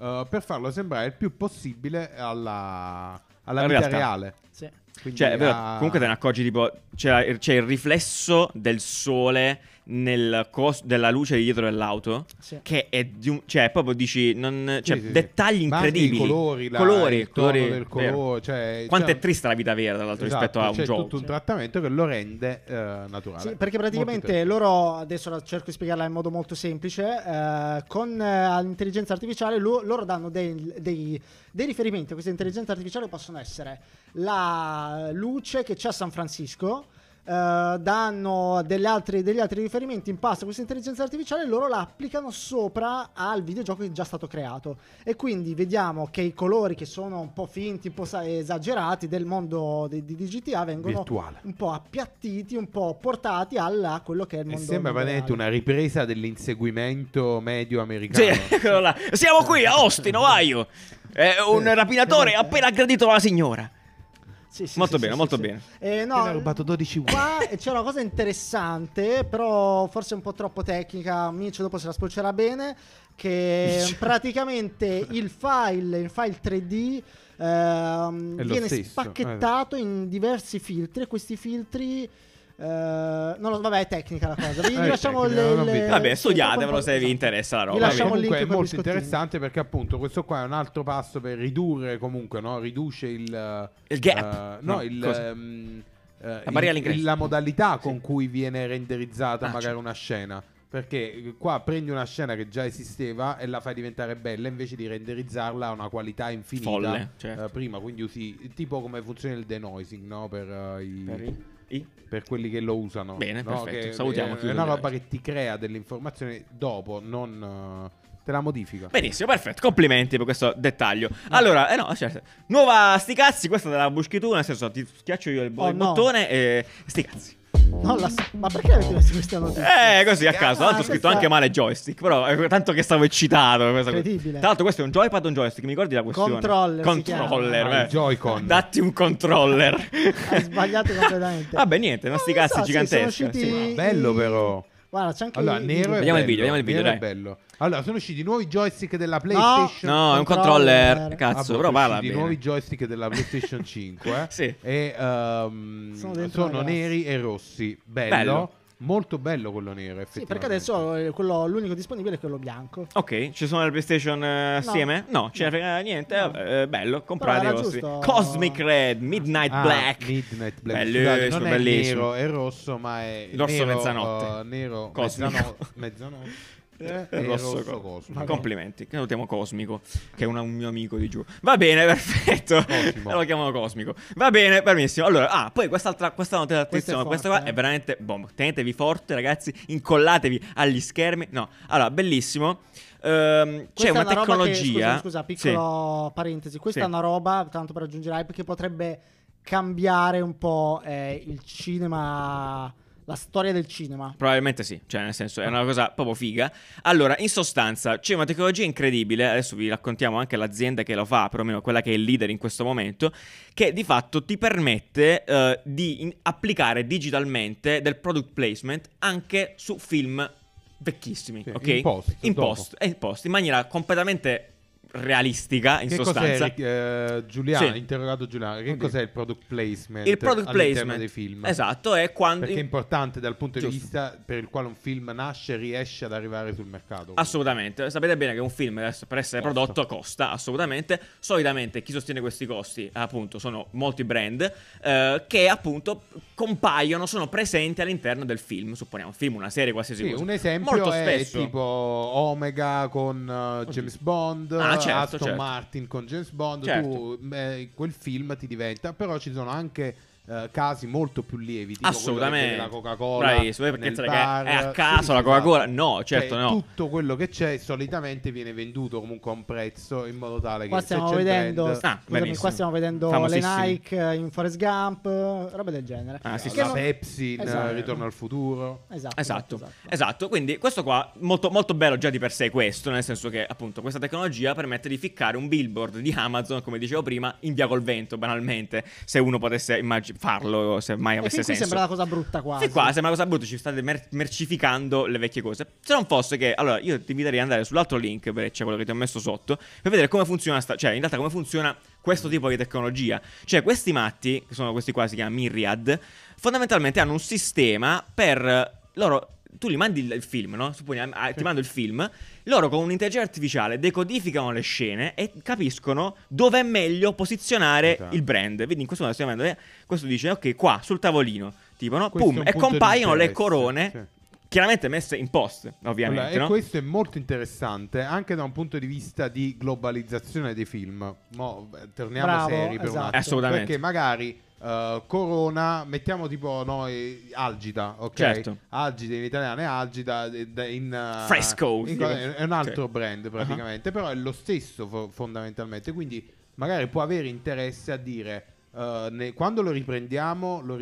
B: eh, per farlo sembrare il più possibile alla, alla
A: La
B: vita
A: realtà.
B: reale.
E: Sì.
B: Quindi
A: Cioè, è vero,
B: a-
A: comunque te ne accorgi tipo c'è, il- c'è il riflesso del sole nel cos- della luce di dietro dell'auto
E: Sì.
A: che è di un cioè proprio dici non cioè,
B: Sì, sì, sì.
A: dettagli
B: Ma anche
A: incredibili.
B: i colori, la-
A: colori,
B: il tono
A: colori,
B: del
A: vero.
B: colore, cioè,
A: Quanto
B: cioè-
A: è triste la vita vera, tra l'altro,
B: Esatto,
A: rispetto a un
B: c'è
A: gioco.
B: tutto un trattamento che lo rende eh, naturale.
E: Sì, perché praticamente
B: Molto
E: loro, adesso la- cerco di spiegarla in modo molto semplice, eh, con eh, l'intelligenza artificiale lo- loro danno dei, dei- dei riferimenti a questa intelligenza artificiale che possono essere la luce che c'è a San Francisco, eh, danno delle altre- degli altri riferimenti in pasto a questa intelligenza artificiale e loro la applicano sopra al videogioco che è già stato creato. E quindi vediamo che i colori che sono un po' finti, un po' sa- esagerati del mondo di, di- di GTA vengono
B: virtuale.
E: un po' appiattiti, un po' portati alla- a quello che è il
B: E
E: mondo.
B: sembra
E: mondo
B: veramente
E: reale.
B: una ripresa dell'inseguimento medio
A: Sì,
B: americano.
A: eccolo là. Siamo qui a Austin, Ohio. È un
E: Sì.
A: rapinatore
E: Sì.
A: ha appena aggredito la signora.
E: Sì, sì,
A: Molto
E: sì,
A: bene,
E: sì,
A: molto
E: sì,
A: bene.
E: sì. Eh, no,
B: Che ne ha rubato 12 uova.
E: Qua eh, c'è una cosa interessante, però forse un po' troppo tecnica. Mitch dopo se la spolcerà bene. Che
A: Mitch.
E: praticamente il file, il file 3D. ehm,
B: È lo
E: viene
B: stesso,
E: spacchettato in diversi filtri e questi filtri eh, Eh, non lo, vabbè, è tecnica la cosa. Vi
A: Ah,
B: Eh,
E: lasciamo
B: tecnica, non
E: le,
B: ho
E: le-
B: capito.
A: Vabbè, studiatevelo
E: sì,
A: se vi interessa la roba.
E: Vi
B: Vabbè,
E: lasciamo il link
B: comunque è
E: per
B: molto
E: biscottini.
B: interessante perché appunto questo qua è un altro passo per ridurre comunque, no? riduce il,
A: Il gap.
B: eh, no,
A: No,
B: il,
A: cosa?
B: ehm, eh,
A: La barriera
B: il-
A: all'ingresso.
B: la modalità con cui viene renderizzata
A: Ah,
B: magari
A: certo.
B: una scena. Perché eh, qua prendi una scena che già esisteva e la fai diventare bella invece di renderizzarla a una qualità infinita.
A: Folle, certo.
B: eh, prima, quindi usi tipo come funziona il denoising, no? Per, eh, i-
A: Per i- i-
B: per quelli che lo usano.
A: Bene,
B: no?
A: perfetto.
B: Che-
A: Salutiamo
B: eh,
A: chi
B: È
A: lo
B: una
A: usa.
B: roba che ti crea delle informazioni dopo, non eh, te la modifica.
A: Benissimo, perfetto. Complimenti per questo dettaglio.
E: Ah.
A: Allora, eh no, certo. Nuova sti cazzi, questa è della Bushki tu, nel senso ti schiaccio io il, bo-
E: Oh,
A: il
E: no.
A: bottone e sti cazzi.
E: No, la so- Ma perché avete messo questa notizia?
A: Eh, così a caso. Tra l'altro ho scritto
E: Ah, questa-
A: anche male joystick, però eh, tanto che stavo eccitato. questa cosa.
E: Incredibile.
A: Tra l'altro questo è un joypad o un joystick, mi ricordi la questione?
E: Controller si chiama.
A: Controller,
B: Ah, il
A: eh.
B: Joy-Con.
A: Datti un controller.
E: Hai sbagliato completamente.
A: Vabbè, niente, non sti
E: Non lo
A: cazzi
E: so, sì,
A: giganteschi.
E: sono usciti-
A: sì.
E: i-
B: Bello però.
E: Guarda, c'è anche
B: Allora,
E: il-
B: nero è
A: Vediamo il
B: bello,
A: video, vediamo il video,
B: nero è
A: dai.
B: bello. Allora, sono usciti i nuovi joystick della PlayStation.
A: No, è un
E: Controller.
A: controller.
B: Ah,
A: Cazzo,
B: boh,
A: però
B: sono
A: parla
B: usciti i
A: bene.
B: nuovi joystick della PlayStation 5. eh.
A: Sì.
B: E ehm,
E: Sono
B: sono,
E: dentro la galassia.
B: neri e rossi. Bello.
A: Bello.
B: Molto bello quello nero,
E: Sì,
B: effettivamente.
E: perché adesso eh, quello- l'unico disponibile è quello bianco.
A: Ok, ci sono le PlayStation eh,
E: No.
A: assieme? No, ce ne frega niente.
E: No.
A: vabbè, eh, bello, comprate
E: Però
A: i
E: era
A: vostri.
E: giusto-
A: Cosmic Red, Midnight
B: Ah,
A: Black.
B: Midnight Black.
A: Bellissimo,
B: Scusate, non è
A: bellissimo.
B: nero, è rosso, ma è
A: L'orso
B: nero,
A: mezzanotte.
B: uh, nero
A: Cosmico.
B: mezzano- mezzanotte.
A: Eh,
B: e
A: rosso
B: rosso,
A: co-
B: cosmico.
A: Complimenti, che lo chiamo Cosmico, che è una- un mio amico di giù. Va bene, perfetto.
B: Cosimo.
A: lo chiamano Cosmico. Va bene, benissimo. Allora, ah, poi quest'altra questa nota attenzione, questa
E: Questa è
A: qua
E: forte,
A: è
E: eh.
A: veramente bomba. Tenetevi forte, ragazzi, incollatevi agli schermi. No, allora, bellissimo. Ehm, c'è
E: Questa
A: una,
E: è roba che-
A: tecnologia.
E: scusa, scusa,
A: Sì.
E: piccolo parentesi. Questa
A: Sì.
E: è una roba, tanto per aggiungere hype, che potrebbe cambiare un po' eh, il cinema, la storia del cinema.
A: Probabilmente sì, cioè nel
B: Ah.
A: senso è una cosa proprio figa. Allora, in sostanza c'è una tecnologia incredibile, adesso vi raccontiamo anche l'azienda che lo fa, perlomeno quella che è il leader in questo momento, che di fatto ti permette eh, di in- applicare digitalmente del product placement anche su film vecchissimi,
B: Sì,
A: ok?
B: in post,
A: in
B: dopo.
A: post, eh, in post, in maniera completamente realistica in
B: Che
A: sostanza.
B: cos'è, eh, Giuliano,
A: Sì.
B: interrogato Giuliano, che
A: Oddio.
B: cos'è il product placement
A: Il product
B: all'interno
A: placement
B: dei film?
A: Esatto, è quando
B: Perché è importante dal punto di
A: Giusto.
B: vista per il quale un film nasce e riesce ad arrivare sul mercato.
A: Assolutamente, sapete bene che un film adesso, per essere
B: Costa.
A: prodotto costa, assolutamente. Solitamente chi sostiene questi costi, appunto, sono molti brand eh, che appunto compaiono, sono presenti all'interno del film, supponiamo, un film, una serie, qualsiasi
B: Sì,
A: cosa.
B: un esempio
A: Molto
B: è
A: spesso.
B: tipo Omega con eh, James Bond,
A: Ah, certo,
B: Aston
A: certo.
B: Martin con James Bond,
A: Certo.
B: tu eh, quel film ti diventa, però ci sono anche eh, casi molto più lievi, tipo
A: Assolutamente.
B: quello che vede la Coca-Cola,
A: Bravissimo, perché
B: nel
A: sai che
B: bar. esatto.
A: è a caso la Coca-Cola? No, certo
B: Cioè,
A: no.
B: Tutto quello che c'è solitamente viene venduto comunque a un prezzo in modo tale che
E: Qua
B: se
E: stiamo
B: c'è il
E: vedendo,
B: trend-
A: Ah,
E: scusami,
A: benissimo.
E: qua stiamo vedendo le
A: Famosissimi.
E: Nike eh, in Forrest Gump, eh, roba del genere.
A: Ah, sì,
E: Che
A: sì.
B: la
E: non-
B: Pepsi in, eh,
E: Esatto.
B: Ritorno al futuro.
E: Esatto,
A: Esatto, esatto, Quindi questo qua, molto, molto bello già di per sé questo, nel senso che appunto questa tecnologia permette di ficcare un billboard di Amazon, come dicevo prima, in via col vento, banalmente, se uno potesse immag- farlo, se mai
E: E
A: avesse
E: fin qui
A: senso.
E: sembra una cosa brutta quasi.
A: Sì, qua sembra una cosa brutta, ci state mer- mercificando le vecchie cose. Se non fosse che, allora, io ti inviterei ad andare sull'altro link, perché c'è quello che ti ho messo sotto, per vedere come funziona, sta- cioè, in realtà come funziona questo tipo di tecnologia. Cioè, questi matti, che sono questi qua, si chiamano Myriad, fondamentalmente hanno un sistema per eh, loro... Tu li mandi il- il film, no? Supponiamo, ah, ti mando il film. Loro con un'intelligenza artificiale decodificano le scene e capiscono dove è meglio posizionare
B: Esatto.
A: il brand. Vedi, in questo modo stiamo vedendo, eh, questo dice, ok, qua sul tavolino, tipo, no?
B: Questo
A: Pum,
B: è un
A: e
B: punto di
A: compaiono le
B: interesse,
A: corone,
B: sì.
A: chiaramente messe in post, ovviamente.
B: Allora,
A: no?
B: E questo è molto interessante anche da un punto di vista di globalizzazione dei film. Mo, eh, torniamo
E: Bravo,
B: seri per un
E: esatto.
B: attimo.
A: Assolutamente.
B: Perché magari eh, Corona, mettiamo tipo noi Algida, ok?
A: Certo.
B: Algida in italiano è Algida, eh, da- in, eh,
A: Fresco,
B: in-
A: tipo.
B: è un altro
A: Sì. Uh-huh.
B: brand praticamente, però è lo stesso fo- fondamentalmente. Quindi magari può avere interesse a dire. eh, ne- quando lo riprendiamo, lo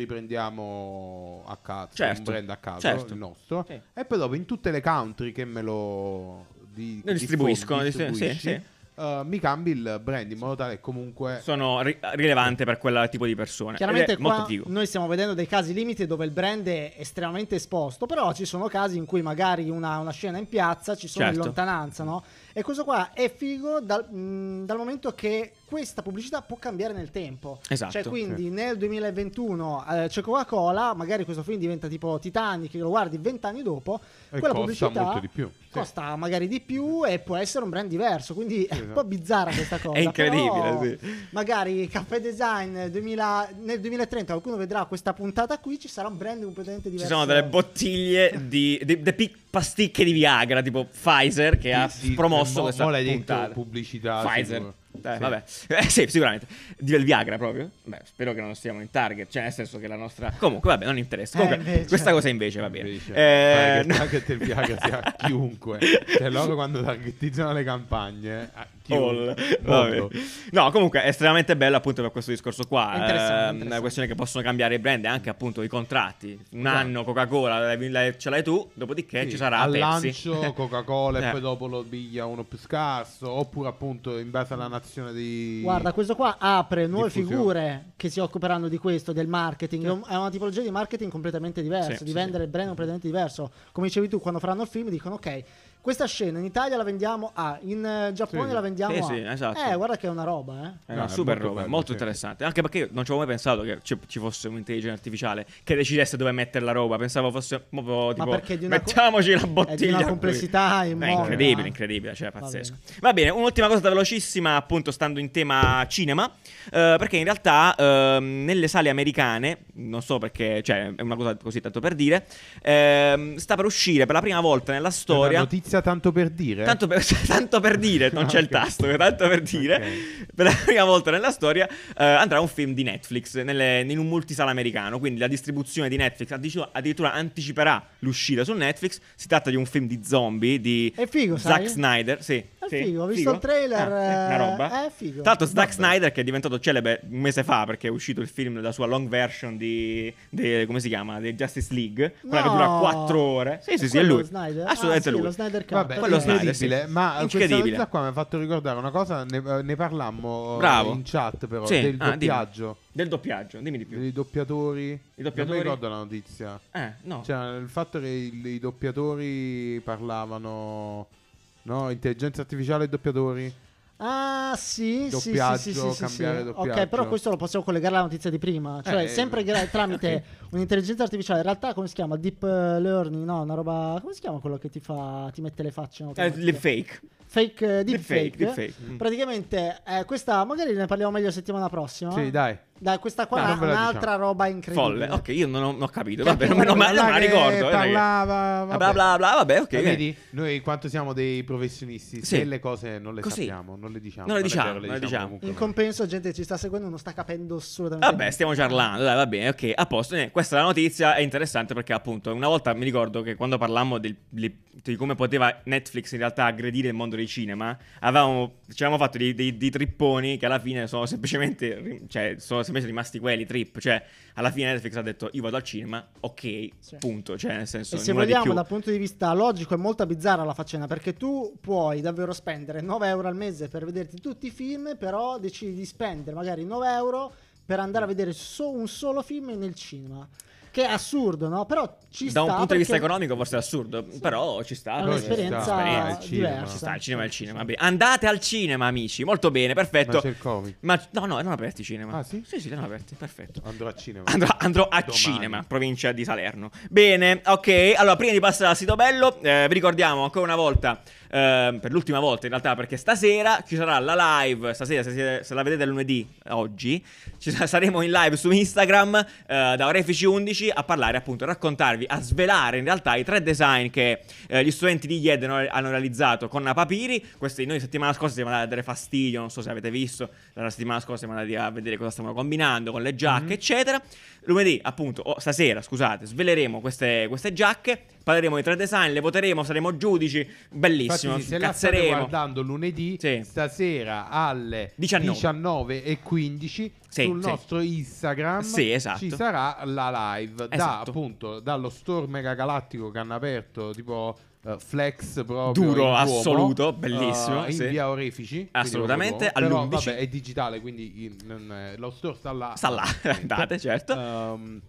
B: riprendiamo a caso,
A: Certo,
B: un brand a caso,
A: certo.
B: il nostro,
A: Sì.
B: e poi dopo in tutte le country che me lo di-
A: Lo distribuiscono,
B: diffo-
A: sì,
B: distribuisci,
A: sì,
B: eh, mi cambi il brand in modo tale che comunque
A: Sono ri- rilevante per quel tipo di persone.
E: Chiaramente
A: Ed è molto
E: qua
A: figo.
E: noi stiamo vedendo dei casi limite dove il brand è estremamente esposto, però ci sono casi in cui magari una, una scena in piazza ci sono in
A: Certo.
E: lontananza, no? E questo qua è figo dal, mh, dal momento che questa pubblicità può cambiare nel tempo.
A: Esatto.
E: Cioè, quindi nel 2021 eh, c'è Coca-Cola, magari questo film diventa tipo Titanic, lo guardi vent'anni dopo,
B: E
E: quella
B: costa
E: pubblicità
B: molto di più. Sì.
E: costa magari di più e può essere un brand diverso, quindi è un
B: Esatto.
E: po' bizzarra questa cosa.
A: È incredibile,
E: però
A: sì.
E: Magari Caffè Design 2000 nel 2030 qualcuno vedrà questa puntata qui, ci sarà un brand completamente
A: Ci
E: diverso.
A: sono delle bottiglie di, di, di pic- pasticche di Viagra, tipo Pfizer, che ha
B: Sì, sì,
A: promosso
B: mo-
A: questa
B: mo l'hai detto
A: puntata.
B: pubblicità,
A: Pfizer.
B: sicuro.
A: Eh,
B: Sì.
A: Vabbè, Eh, sì, sicuramente. Di del Viagra proprio. Beh, spero che non siamo in target. Cioè, nel senso che la nostra. Comunque, vabbè, non interessa.
E: Eh,
A: Comunque,
E: invece.
A: questa cosa invece va bene.
B: Invece,
A: Eh,
B: pare
A: no.
B: che target del Viagra sia a chiunque. Cioè, loro quando targetizzano le campagne, a
A: All.
B: chiunque.
A: Vabbè.
B: Molto.
A: No, comunque è estremamente bello appunto per questo discorso qua.
E: È interessante,
A: Ehm,
E: interessante.
A: La questione che possono cambiare i brand e anche appunto i contratti. Un
B: Esatto.
A: anno Coca-Cola la- la- ce l'hai tu, dopodiché
B: Sì,
A: ci sarà
B: al
A: Pepsi.
B: lancio Coca-Cola
A: Eh.
B: e poi dopo lo piglia uno più scarso oppure appunto in base alla nazione di
E: Guarda, questo qua apre nuove
B: Diffusione.
E: figure che si occuperanno di questo, del marketing. È un- È una tipologia di marketing completamente diversa,
A: Sì,
E: di
A: sì,
E: vendere il brand completamente diverso. Come dicevi tu, quando faranno il film dicono ok, questa scena in Italia la vendiamo a, in eh, Giappone
B: Sì.
E: la vendiamo
A: Sì,
E: a.
A: sì, esatto.
E: Eh, guarda che è una roba, eh.
A: È
B: No,
A: una
B: è
A: super
B: molto
A: roba,
B: bello,
A: molto
B: sì.
A: interessante. Anche perché io non ci avevo mai pensato che ci, ci fosse un'intelligenza artificiale che decidesse dove mettere la roba. Pensavo fosse proprio tipo
E: perché di una co-
A: mettiamoci la
E: è di
A: bottiglia.
E: una
A: qui".
E: complessità
A: Eh,
E: immonda,
A: incredibile,
E: eh.
A: incredibile, cioè
E: Va
A: pazzesco.
E: bene.
A: Va bene, un'ultima cosa velocissima, appunto, stando in tema cinema. eh, perché in realtà ehm, nelle sale americane, non so perché, cioè, è una cosa così tanto per dire, ehm, sta per uscire per la prima volta nella
B: È una
A: storia.
B: notizia tanto per
E: Eh?
B: dire
A: Tanto per, cioè, tanto per dire, non c'è il
B: Ok.
A: tasto, tanto per dire,
B: Ok.
A: per la prima volta nella storia eh, andrà un film di Netflix nelle- in un multisala americano, quindi la distribuzione di Netflix addirittura, addirittura anticiperà l'uscita su Netflix, si tratta di un film di zombie di
E: È figo,
A: Zack
E: sai?
A: Snyder, sì.
E: È
A: Sì,
E: figo, ho visto il trailer,
A: Ah, sì, una roba.
E: eh, è figo.
A: Tra l'altro Zack
E: Vabbè.
A: Snyder che è diventato celebre un mese fa perché è uscito il film, la sua long version di, de- come si chiama, di Justice League, quella che
E: No.
A: dura 4 ore. Sì, sì, sì, è
E: quello
A: lui.
E: Snyder?
A: Assolutamente
E: Ah, sì,
A: lui.
E: lo Snyder Cut.
B: Vabbè,
A: quello
B: quello
E: ok.
A: Snyder, sì.
B: incredibile, ma questa
A: Incredibile.
B: notizia qua mi ha fatto ricordare una cosa, ne, ne parlammo eh,
A: Bravo.
B: in chat però,
A: Sì,
B: del
A: ah, dimmi.
B: doppiaggio,
A: Del doppiaggio, dimmi di più.
B: dei doppiatori,
A: doppiatori?
B: non mi ricordo la notizia,
A: Eh, no.
B: cioè il fatto che i, i doppiatori parlavano, no, intelligenza artificiale e doppiatori,
E: Ah, sì, sì,
B: Doppiaggio,
E: sì, sì, sì, sì, sì.
B: cambiare doppiaggio.
E: Ok, però questo lo possiamo collegare alla notizia di prima, cioè
B: Eh,
E: sempre gra- tramite un'intelligenza artificiale. In realtà come si chiama? Deep eh, learning, no, una roba come si chiama quello che ti fa ti mette le facce, no?
A: Eh, le fake.
E: Fake eh, deep
A: Deepfake,
E: fake.
A: deepfake, mm.
E: Praticamente eh, questa magari ne parliamo meglio settimana prossima.
B: sì dai,
E: Dai, questa qua
B: Dai,
E: è
B: non ve la
E: un'altra
B: diciamo.
E: roba incredibile.
A: Folle. Ok, io non ho, non ho capito.
B: Cioè,
E: Perché
A: Vabbè, non me non me la, non me la
B: Quella che
A: ricordo. eh,
B: parlava,
A: perché-
B: vabbè.
A: bla bla bla, vabbè, ok.
B: Ma
A: ok.
B: vedi, noi quanto siamo dei professionisti,
A: Sì.
B: se le cose non le
A: Così.
B: sappiamo, non le diciamo.
A: Non le
B: è
A: diciamo,
B: vero,
A: non le diciamo.
B: comunque.
E: In compenso, gente che ci sta seguendo non sta capendo assolutamente.
A: Vabbè,
E: niente.
A: stiamo parlando, dai, va bene, ok, a posto. Eh, Questa è la notizia, è interessante perché appunto una volta mi ricordo che quando parlammo del- li- di come poteva Netflix in realtà aggredire il mondo del cinema, avevamo, ci avevamo fatto dei, dei- dei tripponi che alla fine sono semplicemente, ri- cioè, sono semplicemente rimasti quelli, trip, cioè alla fine Netflix ha detto io vado al cinema, ok,
E: Sì.
A: punto, cioè nel senso...
E: E se
A: nulla di
E: vogliamo
A: più.
E: dal punto di vista logico è molto bizzarra la faccenda perché tu puoi davvero spendere 9 euro al mese per vederti tutti i film, però decidi di spendere magari 9 euro per andare a vedere so- un solo film nel cinema. Che è assurdo, no? Però ci sta
A: da un punto di vista
E: perché-
A: economico forse è assurdo,
E: Sì.
A: però ci sta.
E: È
A: perché-
E: un'esperienza
A: ci sta,
B: Ah, il
A: ci
B: cinema.
E: diversa.
A: ci sta, il cinema è il
E: Sì, sì,
A: cinema.
E: sì.
A: va bene. Andate al cinema, amici. Molto bene,
B: Ma
A: perfetto.
B: c'è il Covid.
A: Ma no, no, erano aperti i cinema.
B: Ah, sì?
A: Sì, sì, erano aperti, perfetto.
B: Andrò a cinema.
A: Andrò, andrò a
B: Domani.
A: cinema, provincia di Salerno. Bene, ok. Allora, prima di passare al sito bello, eh, vi ricordiamo ancora una volta, ehm, per l'ultima volta in realtà, perché stasera ci sarà la live. Stasera, se, siete- se la vedete lunedì, oggi, ci sa- saremo in live su Instagram eh, da Orefici 11 a parlare, appunto, a raccontarvi, a svelare in realtà i tre design che eh, gli studenti di IED hanno, hanno realizzato con Napapiri. Questi, noi settimana scorsa siamo andati a dare fastidio, non so se avete visto, la settimana scorsa siamo andati a vedere cosa stavano combinando con le giacche,
B: Mm-hmm.
A: eccetera. Lunedì, appunto, o stasera, scusate, sveleremo queste, queste giacche, parleremo di tre design, le voteremo, saremo giudici,
B: Infatti,
A: bellissimo,
B: sì, se la state
A: cazzeremo.
B: guardando lunedì,
A: Sì.
B: stasera alle
A: 19.
B: 19 e 15
A: Sì,
B: sul
A: sì.
B: nostro Instagram
A: Sì, esatto.
B: ci sarà la live da
A: Esatto.
B: appunto dallo store mega galattico che hanno aperto tipo eh, flex proprio
A: Duro,
B: in Duomo,
A: assoluto, bellissimo,
B: eh, in
A: sì.
B: via Orefici quindi
A: Assolutamente,
B: proprio- però,
A: all'11.
B: vabbè, è digitale quindi in- non è- lo store eh, sta là
A: Sta là, andate, certo.
B: Ehm,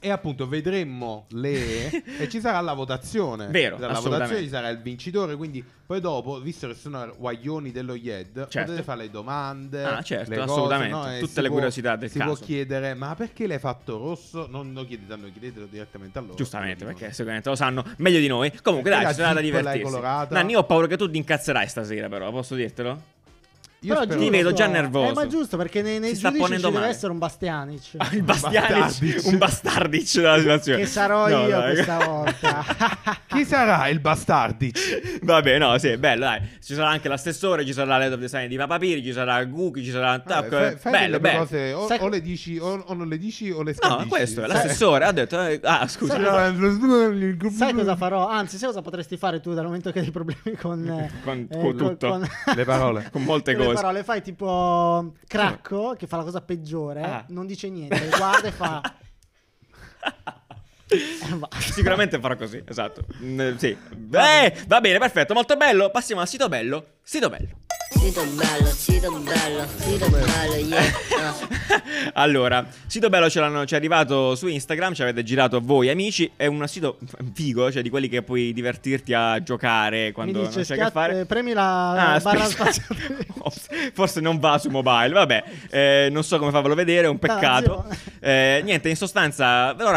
B: E appunto vedremo le. e ci sarà la votazione.
A: Vero,
B: Dalla
A: assolutamente.
B: votazione ci sarà il vincitore. Quindi poi dopo, visto che sono guaglioni dello IED,
A: Certo.
B: potete fare le domande.
A: Ah, certo,
B: le cose,
A: assolutamente.
B: no? E
A: Tutte
B: si
A: le
B: può-
A: curiosità del
B: si
A: caso.
B: può chiedere, ma perché l'hai fatto rosso? Non lo chiedete a noi, chiedetelo direttamente a loro.
A: Giustamente,
B: Lo dicono.
A: perché sicuramente lo sanno meglio di noi.
E: Eh,
A: Comunque,
B: Perché
A: dai,
B: la
A: ci sarà da
B: Jeep l'hai
A: divertirsi.
B: colorata?
A: Nanni, io ho paura che tu ti incazzerai stasera, però, posso dirtelo?
B: Io
E: Però
B: spero-
A: Ti vedo già
E: eh,
A: nervoso.
E: ma giusto, perché nei, nei
A: Si sta
E: giudici ci
A: ponendo
E: deve
A: male.
E: essere un Bastianic.
A: Ah, il Bastianic,
B: Bastardic.
A: un bastardic della situazione.
E: che
A: No,
E: sarò
A: ecco.
E: io
A: dai.
E: questa volta.
B: Chi sarà il bastardic?
A: Vabbè, no, sì, bello, dai. Ci sarà anche l'assessore, ci sarà l'head of design di Papapiri, ci sarà Guki, ci
E: Ah,
A: sarà...
B: Vabbè,
A: Tac,
B: Cioè, fai, fai
A: bello,
B: delle
A: bello.
B: cose o,
E: Sai-
B: o le dici o, o non le dici o le
A: No,
B: scandisci.
A: questo è
B: Sai-
A: l'assessore, ha detto... eh, ah, scusa.
E: Sai cosa
A: Mm-hmm.
E: farò? Anzi, sai cosa potresti fare tu dal momento che hai dei problemi con, eh,
A: Con-
E: eh,
A: con tutto.
B: Le parole.
A: Con molte
E: le
A: cose. Eh.
E: parole fai tipo Cracco che fa la cosa peggiore,
A: Ah.
E: eh, non dice niente, guarda e fa Eh, va.
A: Sicuramente farò così, esatto. Mm, sì. Eh, va bene, perfetto, molto bello. Passiamo al sito bello. Sito bello.
D: Sito bello, sito bello, sito bello, yeah. Ah.
A: allora, sito bello ce l'hanno, ci è arrivato su Instagram, ci avete girato voi amici, è un sito figo, cioè di quelli che puoi divertirti a giocare quando
E: Mi
A: non
E: dice
A: c'è che
E: "Schiat-
A: fare.
E: eh, premi la
A: Ah,
E: barra
A: aspetta.
E: spaziale.
A: Ops, Forse non va su mobile, vabbè, eh, non so come farvelo vedere, è un peccato.
E: Tazio.
A: Eh, niente, in sostanza ve lo racconto, ve lo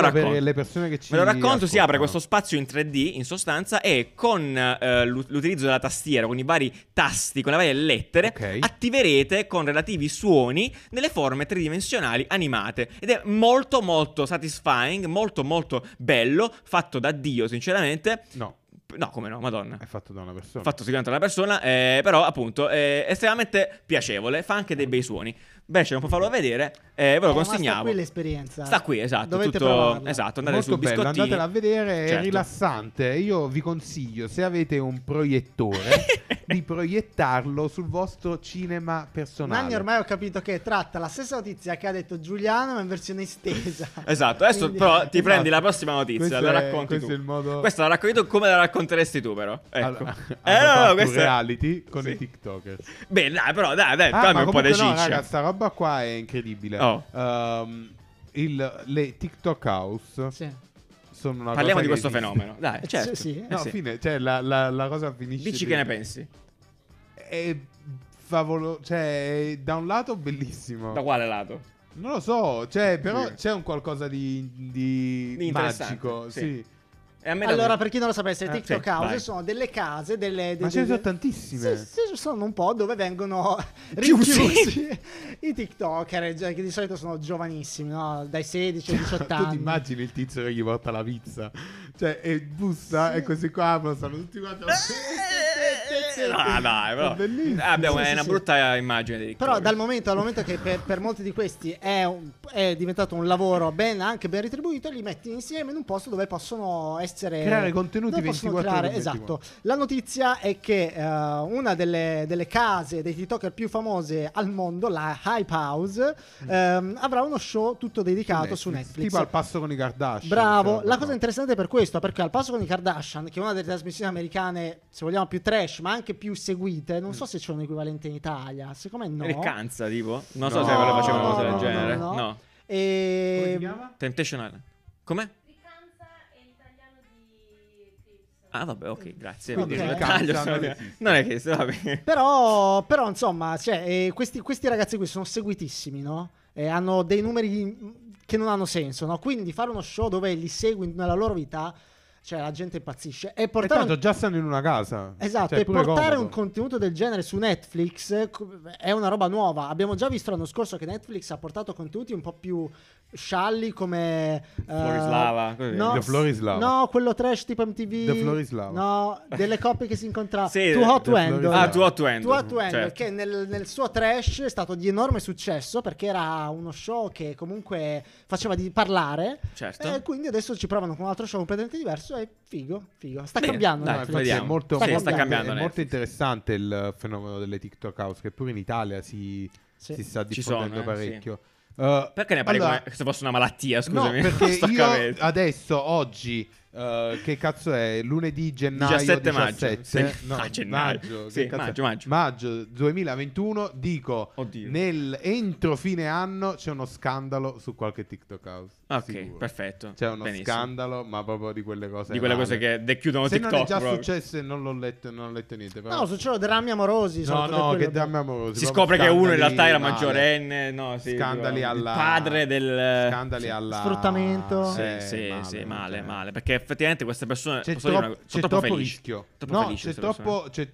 B: Raccontalo per
A: racconto.
B: le persone che ci
A: Ve lo racconto, si apre
B: ascoltano.
A: questo spazio in 3D in sostanza e con eh, l'u- l'utilizzo della tastiera, con i vari tasti, con le varie lettere,
B: Ok.
A: attiverete con relativi suoni delle forme tridimensionali animate. Ed è molto molto satisfying, molto molto bello, fatto da Dio sinceramente.
B: No, Eh,
A: No, come no, madonna.
B: è fatto da una persona.
A: Ah. Fatto sicuramente da una persona, eh, però appunto è estremamente piacevole, fa anche dei bei suoni. Beh, non può farlo vedere, eh, ve lo
E: Eh, ma
A: consignavo.
E: Sta qui l'esperienza.
A: Sta qui, esatto.
E: Dovete
A: tutto-
E: provarla.
A: Esatto, andate
B: Molto
A: su
B: bello,
A: biscottini.
B: andatela a vedere, è
A: Certo.
B: rilassante. Io vi consiglio, se avete un proiettore, di proiettarlo sul vostro cinema personale.
E: Nanni ormai ho capito che tratta la stessa notizia che ha detto Giuliano ma in versione estesa.
A: Esatto, adesso
E: Quindi-
A: però ti
B: Esatto.
A: prendi la prossima notizia,
B: Questo
A: la
B: è-
A: racconti
B: questo
A: tu.
B: è il modo-
A: Questa la racconti tu come la racconteresti tu però. Ecco.
B: Allora, hanno
A: Eh, no, no,
B: fatto un
A: questa-
B: reality con
A: Sì.
B: i TikTokers.
A: Beh, dai, però dai, dai,
B: Ah,
A: dammi
B: ma
A: un po' di
B: comunque no,
A: ciccia.
B: raga, sta roba qua è incredibile.
A: Oh.
B: Ehm, il- le TikTok house
E: Sì.
B: sono una
A: Parliamo di
B: cosa che
A: questo
B: esiste.
A: fenomeno. Dai,
E: Sì,
A: certo.
E: sì.
A: Eh,
B: No,
A: sì.
B: fine, cioè la, la- la cosa finisce.
A: Dici
B: lì.
A: che ne pensi?
B: È favolo- cioè, è da un lato bellissimo.
A: Da quale lato?
B: Non lo so, cioè, però
A: Sì.
B: c'è un qualcosa di, di
A: Di interessante,
B: magico.
A: sì.
B: Sì.
A: E a me da-
E: Allora, per chi non lo sapesse,
A: Ah,
E: TikTok
A: sì,
E: House
A: vai.
E: sono delle case, delle...
B: Ma
E: de-
B: ce ne
E: de-
B: sono tantissime.
E: Sì, sì, sono un po' dove vengono
A: Chiusi.
E: rinchiusi i TikToker, cioè, che di solito sono giovanissimi, no? dai 16 ai 18
B: tu ti
E: anni.
B: immagini il tizio che gli porta la pizza? Cioè, e bussa, e così qua aprono, stanno tutti quanti.
A: Eh, No, dai, però.
B: È bellissimo.
A: Ah, abbiamo
E: Sì, sì,
A: è una
E: sì.
A: brutta immagine di
E: Però
A: Riccardo.
E: dal momento al momento che per, per molti di questi è, un- è diventato un lavoro ben, anche ben retribuito, li metti insieme in un posto dove possono essere...
B: Creare contenuti
E: dove possono
B: 24
E: creare-
B: ore su 24.
E: Esatto. La notizia è che eh, una delle, delle case dei TikToker più famose al mondo, la Hype House, ehm, avrà uno show tutto dedicato su Netflix.
B: Mm. Tipo al passo con i Kardashian.
E: Bravo,
B: cioè,
E: la
B: no.
E: cosa interessante è per questo, perché al passo con i Kardashian, che è una delle trasmissioni americane, se vogliamo, più trash, ma anche più seguite, non so se c'è un equivalente in Italia, secondo me no.
A: Riccanza, tipo? Non so
B: No,
A: se ve lo facevano una
B: no,
A: cosa del
B: no,
A: genere.
E: no,
A: No.
E: no.
B: Come si
E: E...
B: chiama?
A: Temptation Island. Com'è?
F: Riccanza è l'italiano di Clips.
A: Ah, vabbè, ok, grazie.
B: Quindi
A: Vabbè,
E: Riccanza
A: taglio,
B: non
A: sono-
B: esiste. Eh,
A: Non è che va bene.
E: Però, però, insomma, cioè, eh, questi, questi ragazzi qui sono seguitissimi, no? Eh, hanno dei numeri mh, che non hanno senso, no? Quindi fare uno show dove li segui nella loro vita, cioè la gente impazzisce. E
B: E
E: portare un
B: tanto già stanno in una casa.
E: Esatto,
B: Cioè,
E: e
B: pure
E: portare
B: comodo.
E: un contenuto del genere su Netflix eh, co- è una roba nuova. Abbiamo già visto l'anno scorso che Netflix ha portato contenuti un po' più scialli come... eh,
A: Florislava, così.
E: No,
B: The Florislava.
E: no, quello trash tipo MTV.
B: The Florislava.
E: No, delle coppie che si incontravano.
A: Sì,
E: Too Hot
B: The
E: to Handle.
B: Florislava.
A: Ah, tu hot to handle.
E: Too Hot to Handle,
A: Certo.
E: che nel, nel suo trash è stato di enorme successo perché era uno show che comunque faceva di parlare.
A: Certo.
B: eh,
E: E quindi adesso ci provano con un altro show completamente diverso e figo, figo. Sta
A: Bene,
E: cambiando
A: dai,
E: Netflix.
A: vediamo.
B: È molto,
E: Sì,
B: molto-
E: sta
B: è
A: cambiando
B: molto
A: Netflix.
B: interessante il fenomeno delle TikTok house che pure in Italia si,
E: Sì.
B: si sta
A: Ci sono,
B: diffondendo
A: eh, sì.
B: parecchio. Uh,
A: Perché ne parli
B: allora,
A: come se fosse una malattia,
B: No,
A: scusami.
B: perché
A: Sto
B: io
A: capendo.
B: adesso, oggi, eh, eh, che cazzo è? Lunedì gennaio
A: 17 maggio.
B: 17,
A: Sì.
B: no,
A: Ah, gennaio.
B: maggio,
A: Sì,
B: che cazzo è?
A: maggio, maggio.
B: Maggio 2021 dico
A: Oddio.
B: nel- entro fine anno c'è uno scandalo su qualche TikTok house.
A: Ok,
B: sicuro.
A: perfetto.
B: C'è uno
A: Benissimo.
B: scandalo, ma proprio di quelle cose
A: Di quelle
B: rare.
A: cose che dechiudono
B: Se non è
A: TikTok,
B: già
A: proprio.
B: successo e non l'ho letto, non ho letto niente, però
E: No, succedono drammi amorosi.
B: No,
E: sono tutte
B: no,
E: quelle-
B: che drammi amorosi.
A: Si
B: proprio
A: scopre che uno in
B: scandali
A: realtà era
B: male.
A: maggiorenne, no, sì,
B: scandali
A: il
B: alla...
A: padre del-
B: Scandali alla...
E: Sfruttamento.
A: Sì,
B: Eh,
A: sì, sì, male,
B: cioè.
A: male. Perché effettivamente queste persone
B: C'è,
A: posso dire
B: troppo-
A: una cosa,
B: c'è
A: sono
B: troppo,
A: troppo felici.
B: rischio.
A: Troppo
B: no,
A: felici
B: c'è
A: queste persone.
B: troppo, c'è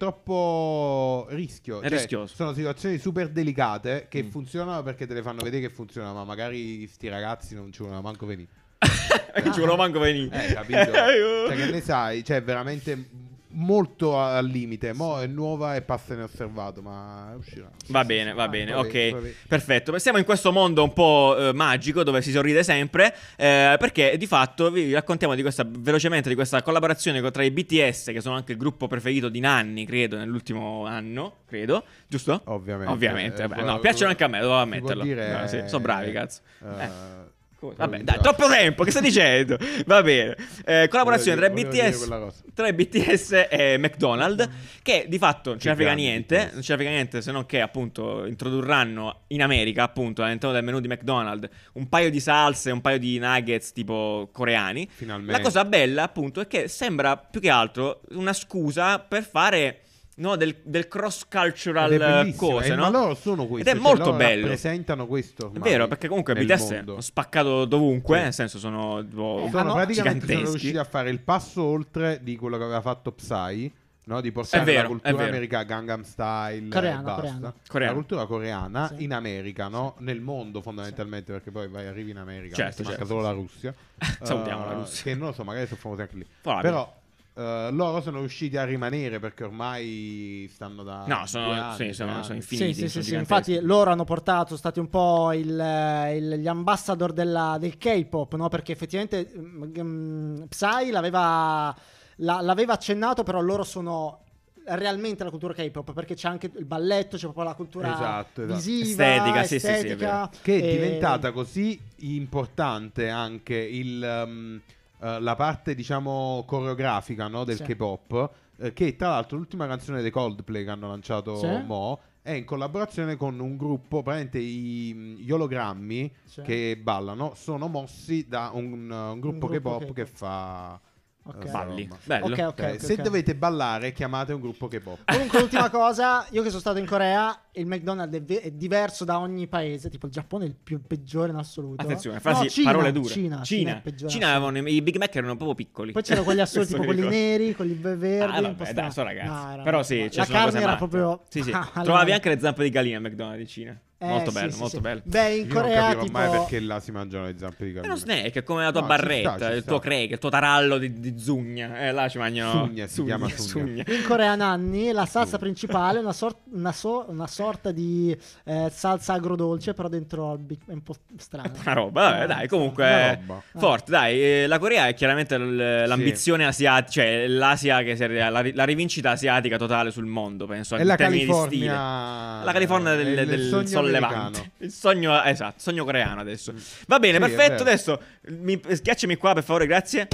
B: troppo rischio.
A: È
B: Cioè,
A: rischioso.
B: Sono situazioni super delicate che
A: Mm.
B: funzionano perché te le fanno vedere che funzionano, ma magari sti ragazzi non ci vogliono manco venire.
A: Ci volevo manco venire. oh.
B: Eh, capito? cioè, che ne sai? Cioè, veramente molto al limite. Mo è nuova e passa inosservato, ma uscirà.
A: Va bene, va bene,
B: Ah, va
A: ok,
B: bene, va bene.
A: perfetto. Siamo in questo mondo un po' eh, magico dove si sorride sempre, eh, perché di fatto vi raccontiamo di questa, velocemente di questa collaborazione co- tra i BTS, che sono anche il gruppo preferito di Nanni, credo, nell'ultimo anno, credo, giusto?
B: Ovviamente.
A: Ovviamente,
B: Eh,
A: vabbè,
B: eh,
A: no,
B: eh,
A: piacciono anche a me, dovevo
B: si può
A: ammetterlo.
B: dire,
A: Eh, sì, sono bravi,
B: eh,
A: cazzo.
B: eh,
A: Co- Vabbè,
B: provincia.
A: dai, troppo tempo, che stai dicendo? Va bene. Eh, collaborazione tra
B: Volevo dire- volevo
A: BTS,
B: dire quella cosa.
A: tra BTS e McDonald's, che di fatto non ce ne frega
B: grandi
A: niente,
B: BTS.
A: non ce ne frega niente se non che appunto introdurranno in America, appunto, all'interno del menu di McDonald's, un paio di salse, un paio di nuggets tipo coreani.
B: Finalmente.
A: La cosa bella, appunto, è che sembra più che altro una scusa per fare no, del, cross
B: Ed è
A: cultural
B: bellissimo,
A: cose,
B: e
A: no?
B: ma loro sono questo,
A: Ed è
B: cioè
A: molto
B: loro
A: bello.
B: rappresentano
A: È
B: questo ormai
A: vero, perché comunque
B: nel
A: BTS
B: mondo.
A: hanno spaccato dovunque,
B: Sì.
A: nel senso sono tipo,
B: sono
E: hanno-
B: praticamente sono
A: giganteschi.
B: riusciti a fare il passo oltre di quello che aveva fatto Psy, no? di portare
A: È vero,
B: la
A: è
B: cultura
A: vero.
B: americana Gangnam Style
E: Coreana,
B: e basta.
E: coreana.
A: Coreana.
B: La cultura coreana
E: Sì.
B: in America, no? nel mondo fondamentalmente, perché poi vai, arrivi in America,
A: Certo,
B: ti manca
A: certo.
B: solo la Russia.
A: Salutiamo
B: Eh,
A: la Russia. Ah,
B: Che non lo so, magari sono famosi anche lì.
A: Probabile.
B: Però eh, loro sono riusciti a rimanere perché ormai stanno da
A: No, sono-
B: due anni,
A: sì,
B: tre
A: sono-
B: anni.
A: sono
E: Sì,
A: finiti,
E: sì, sì,
A: sono
E: sì,
A: giganteschi.
E: infatti loro hanno portato, sono stati un po' il, eh, il- gli ambassador della- del K-pop, no? Perché effettivamente mm, mm, Psy l'aveva, la- l'aveva accennato, però loro sono realmente la cultura K-pop, perché c'è anche il balletto, c'è proprio la cultura
B: Esatto, esatto.
E: visiva,
A: Estetica,
E: estetica,
A: sì, sì, sì, è vero.
B: che è
E: e-
B: diventata così importante anche il, ehm, eh, la parte diciamo coreografica no, del
E: Sì.
B: K-pop eh, che tra l'altro l'ultima canzone dei Coldplay che hanno lanciato
E: Sì.
B: Mo è in collaborazione con un gruppo praticamente i- gli ologrammi
E: Sì.
B: che ballano sono mossi da un, eh, un gruppo
E: gruppo
B: K-pop
E: K-pop.
B: che fa eh,
E: Ok.
B: sta
A: Balli.
B: roba.
A: Bello.
E: Ok, ok,
B: Cioè,
E: ok,
B: se
E: ok.
B: dovete ballare chiamate un gruppo K-pop
E: Comunque, l'ultima cosa, io che sono stato in Corea, il McDonald's è, ve- è diverso da ogni paese. Tipo, il Giappone è il più peggiore in assoluto.
A: Attenzione,
E: No,
A: frasi,
E: Cina,
A: parole dure.
E: Cina, Cina, è il peggiore.
A: Cina avevano i i Big Mac erano proprio piccoli.
E: Poi c'erano quelli assurdi,
A: Questo
E: tipo
A: mi
E: quelli
A: ricordo.
E: neri, quelli verdi.
A: Ah,
E: un po'
A: vabbè, dai,
E: strani.
A: so ragazzi.
E: No, era-
A: Però sì,
E: la
A: ci sono
E: carne
A: cose
E: era
A: matte.
E: proprio.
A: Sì, sì.
E: Allora-
A: Trovavi anche le zampe di gallina al McDonald's di Cina.
E: Eh,
A: molto
E: sì,
A: bello,
E: sì,
A: molto
E: sì.
A: bello.
E: Beh, in
B: Io
E: Corea
B: non capivo
E: tipo
B: mai perché là si mangiano le zampe di
A: Eh, È
B: carne
A: uno snack, è come la tua
B: No, ci
A: barretta,
B: sta, ci
A: il
B: sta.
A: tuo crack, il tuo tarallo di, di zugna. Eh, là ci mangiano.
B: Sugna si chiama sugna.
E: in Corea Nanni la salsa principale è una, sor- una so- una sorta di eh, salsa agrodolce, però dentro al bic- è un po' strana.
A: Una roba, vabbè,
E: Eh,
A: dai,
B: Una
A: comunque
B: roba.
A: forte, dai. eh, La Corea è chiaramente l- l'ambizione asiatica, cioè l'Asia che si è- la, ri- la rivincita asiatica totale sul mondo, penso,
B: È
A: in
B: la
A: termini di stile.
B: California.
A: La California
B: È
A: del,
B: il
A: del
B: sogno
A: sollevante.
B: americano.
A: Il sogno, esatto, il sogno coreano adesso.
B: Mm.
A: Va bene,
B: Sì, è
A: perfetto.
B: vero.
A: Adesso mi, schiacciami qua, per favore, grazie.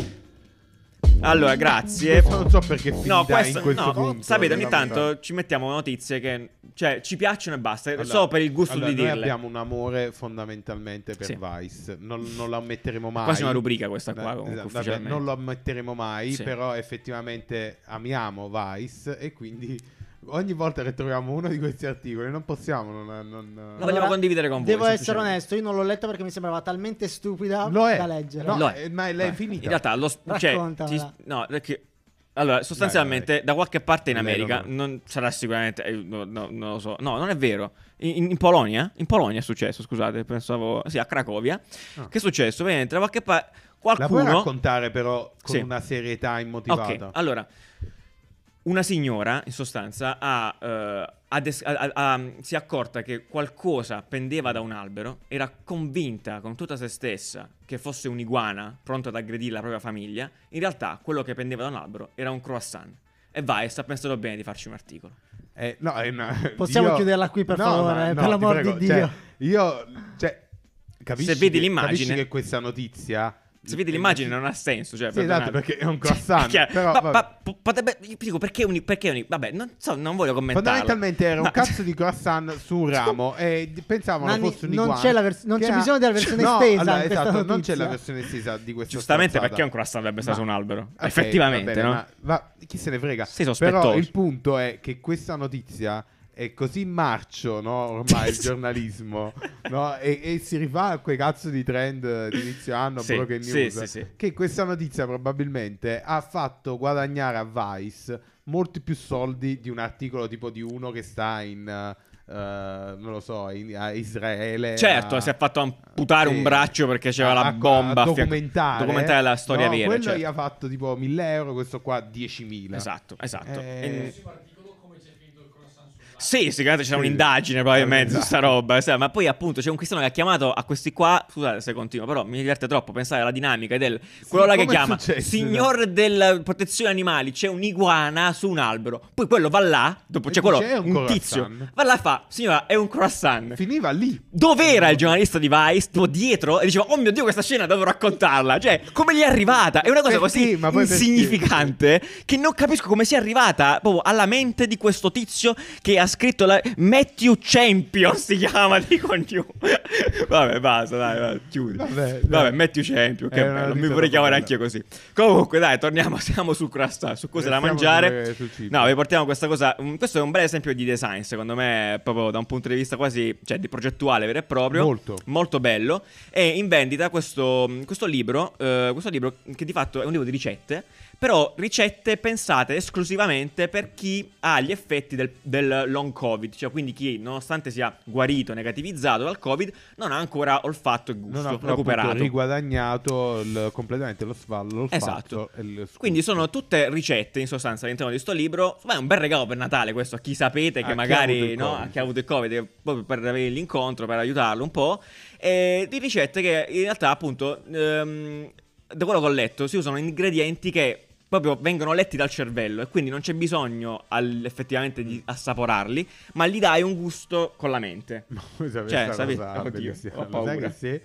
A: Allora, grazie.
B: Non so perché finita
A: No, questo,
B: in questo
A: no,
B: punto.
A: sapete, ogni
B: della
A: tanto eh,
B: puntata.
A: ci mettiamo notizie che, cioè, ci piacciono e basta.
B: Allora,
A: solo per il gusto
B: allora,
A: di
B: noi
A: dirle.
B: abbiamo un amore fondamentalmente per
A: Sì.
B: Vice. Non, non lo ammetteremo mai.
A: Quasi una rubrica questa qua,
B: Eh,
A: comunque,
B: esatto, vabbè,
A: ufficialmente.
B: non lo ammetteremo mai,
A: Sì.
B: però effettivamente amiamo Vice e quindi ogni volta che troviamo uno di questi articoli non possiamo non, non-
A: La vogliamo condividere con voi,
E: Devo essere
A: semplicemente.
E: onesto, io non l'ho letta perché mi sembrava talmente stupida
B: Lo è.
E: da leggere.
B: No,
A: Lo è.
B: eh, ma l'hai
A: Vai.
B: finita.
A: In realtà, lo, sp- cioè, ti-
E: Raccontamela.
A: no, perché. Allora, sostanzialmente,
B: Dai, dai.
A: da qualche parte in
B: Lei
A: America,
B: non-
A: non sarà sicuramente. eh, no, no, non lo so. No, non è vero. In, in Polonia? In Polonia è successo, scusate, pensavo. Sì, a Cracovia.
B: Ah.
A: Che è successo? Ovviamente, da qualche parte.
B: La puoi
A: Qualcuno.
B: raccontare però con
A: Sì.
B: una serietà immotivata.
A: Ok, allora, una signora in sostanza ha, eh, ha des- ha- ha- ha- si è accorta che qualcosa pendeva da un albero, era convinta con tutta se stessa che fosse un'iguana pronta ad aggredire la propria famiglia, in realtà quello che pendeva da un albero era un croissant. E Vice ha pensato bene di farci un articolo.
B: Eh, no, è una-
E: Possiamo chiuderla qui, per favore, eh, per
B: ti
E: l'amor
B: prego,
E: di Dio.
B: cioè, io, cioè, capisci
A: Se vedi
B: che-
A: l'immagine-
B: capisci che questa notizia
A: se vedi l'immagine non ha senso. Cioè,
B: Sì,
A: perdonate.
B: esatto, perché è un croissant.
A: Chiaro.
B: però,
A: Ma-
B: vabbè.
A: ma po- potrebbe- io ti dico perché un, perché un- vabbè, non so, non voglio commentarlo.
B: Fondamentalmente era
A: Ma-
B: un cazzo di croissant su un ramo e d- pensavano
E: Nanni,
B: fosse un
E: non
B: iguana,
E: c'è la vers- non
B: che
E: c'è
B: ha-
E: bisogno della versione
B: no,
E: estesa
B: allora,
E: in questa
B: esatto, non c'è
E: notizia.
B: la versione estesa di questa
A: Giustamente
B: stronzata.
A: perché un croissant sarebbe stato
B: Ma-
A: un albero.
B: Ok,
A: Effettivamente,
B: va bene,
A: no?
B: ma, va- chi se ne frega.
A: Sei sospettoso.
B: Però il punto è che questa notizia è così marcio, no? Ormai il giornalismo, no? E, e si rifà a quei cazzo di trend di inizio anno,
A: Sì,
B: quello che
A: sì,
B: news,
A: sì, sì.
B: che questa notizia probabilmente ha fatto guadagnare a Vice molti più soldi di un articolo tipo di uno che sta in... eh, non lo so, in- a Israele.
A: Certo,
B: a-
A: si è fatto amputare un braccio perché c'era la
B: a-
A: bomba
B: A
A: a fianco-
B: documentare, eh?
A: documentare la storia
B: no,
A: vera,
B: Quello
A: certo.
B: gli ha fatto tipo 1000 euro, questo qua 10.000.
A: Esatto, esatto.
B: Eh,
A: E- Sì, sicuramente c'era un'indagine probabilmente su
B: Esatto.
A: sta roba, sai, ma poi appunto c'è un cristiano che ha chiamato a questi qua, scusate se continuo, però mi diverte troppo pensare alla dinamica del quello là che
B: com'è
A: chiama
B: successo? esatto.
A: signor della protezione animali, c'è un'iguana su un albero. Poi quello va là, dopo
B: E
A: c'è quello
B: dice, "È un
A: un tizio,
B: croissant."
A: va là e fa "Signora, è un croissant".
B: Finiva lì.
A: Dov'era il giornalista di Vice? Tipo dietro e diceva: Oh mio dio, questa scena devo raccontarla. Cioè, come gli è arrivata? È una cosa
B: Perché?
A: così
B: Eh, Ma poi perché?
A: insignificante che non capisco come sia arrivata proprio alla mente di questo tizio che ha scritto la Matthew Champion. Si chiama di New. Vabbè, basta, dai, va, chiudi. Vabbè,
B: Vabbè, dai.
A: Matthew Champion. Che
B: Era una
A: bello, mi
B: notizia
A: vorrei chiamare anche io
B: proprio
A: così. Comunque, dai, torniamo. Siamo su crasta, su cose da
B: Restiamo
A: mangiare.
B: Eh, sulle- sul cibo.
A: No, vi portiamo questa cosa. un- questo è un bel esempio di design, secondo me, proprio da un punto di vista quasi, cioè, di progettuale vero e proprio.
B: Molto.
A: Molto bello. È in vendita questo, mm, questo libro, eh, questo libro che di fatto è un libro di ricette, però ricette pensate esclusivamente per chi ha gli effetti del, del long covid, cioè quindi chi nonostante sia guarito, negativizzato dal covid, non ha ancora olfatto e gusto
B: Non ha recuperato.
A: recuperato.
B: riguadagnato il- completamente lo svallo. l'olfatto
A: Esatto.
B: e il gusto.
A: Quindi sono tutte ricette in sostanza all'interno di sto libro. Ma è un bel regalo per Natale questo a chi sapete che
B: A chi ha avuto
A: magari
B: il
A: no,
B: Covid.
A: a chi ha avuto il Covid eh, proprio per avere l'incontro, per aiutarlo un po'. E di ricette che in realtà appunto ehm, da quello che ho letto si usano ingredienti che proprio vengono letti dal cervello e quindi non c'è bisogno al- effettivamente di assaporarli, ma gli dai un gusto con la mente.
B: Ma voi sapete
A: Cioè,
B: sta
A: sapete-
B: cosa?
A: oddio,
B: Bellissima.
A: ho
B: Lo sai
A: paura.
B: che se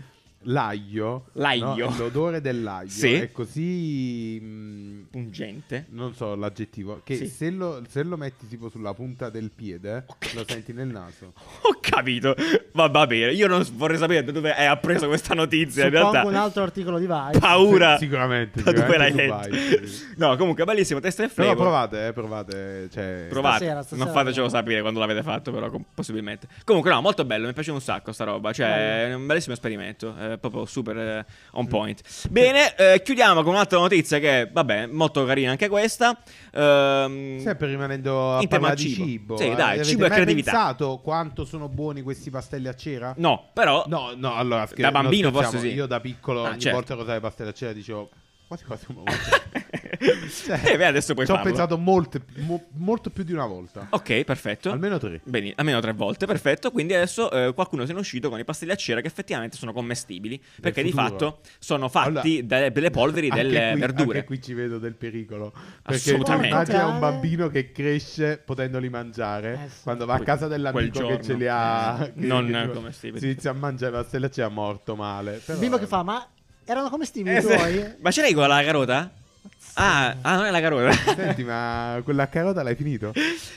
B: l'aglio,
A: L'aglio.
B: no, l'odore dell'aglio
A: Sì.
B: è così mh,
A: Pungente.
B: non so l'aggettivo che
A: Sì.
B: se, lo, se lo metti tipo sulla punta del piede lo senti nel naso
A: Ho capito. Va, va bene. Io non s- vorrei sapere da dove hai appreso questa notizia. in realtà.
E: Suppongo un altro articolo di Vice.
A: paura.
B: Sì, sicuramente,
A: Da dove l'hai
B: sicuramente
A: letto?
B: Dubai, sì.
A: No, comunque, bellissimo. Testa e
B: però
A: flavor.
B: provate eh, provate cioè
A: Provate.
E: Stasera, stasera.
A: Non fatecelo sapere quando l'avete fatto, però, com- possibilmente. Comunque, no, molto bello. Mi piace un sacco sta roba. Cioè, è un bellissimo esperimento. eh, proprio super eh,
B: Mm.
A: on point. Bene, eh, chiudiamo con un'altra notizia che, vabbè, molto carina anche questa. Ehm,
B: Sempre rimanendo a
A: In tema
B: parlare di
A: cibo.
B: cibo.
A: Sì,
B: eh,
A: dai,
B: avete
A: cibo e
B: mai
A: creatività.
B: pensato quanto sono buoni questi pastelli a cera?
A: No, però.
B: No, no, allora scher-
A: Da
B: non
A: bambino
B: scherziamo.
A: forse sì.
B: Io da piccolo
A: Ah,
B: ogni
A: certo.
B: volta che usavo i pastelli a cera dicevo quasi quasi come
A: Eh, beh, adesso puoi
B: Cioè, Ci
A: farlo.
B: ho
A: Oh.
B: pensato molte- mo- molto più di una volta.
A: Ok, perfetto.
B: Almeno tre.
A: Bene, almeno tre volte, perfetto. Quindi adesso eh, qualcuno se n'è uscito con i pastelli a cera che effettivamente sono commestibili. Perché di
B: futuro.
A: fatto sono fatti
B: Allora,
A: dalle, dalle polveri
B: Anche
A: delle
B: qui-
A: verdure.
B: Anche qui ci vedo del pericolo. Perché
A: Assolutamente.
B: immagina un bambino che cresce potendoli mangiare
E: Eh, sì.
B: quando va a
A: Quel-
B: casa
A: quel
B: dell'amico
A: giorno. Eh,
B: che ce li ha. che-
A: Non
B: che-
A: commestibili.
B: Si inizia a mangiare la stella, ci ha morto male.
E: Il
B: Però-
E: bimbo che fa, ma erano commestibili
A: Eh,
E: i
A: se-
E: tuoi?
A: Ma ce l'hai con la carota? Ah, ah, non è la carota.
B: Senti, ma quella carota l'hai finito?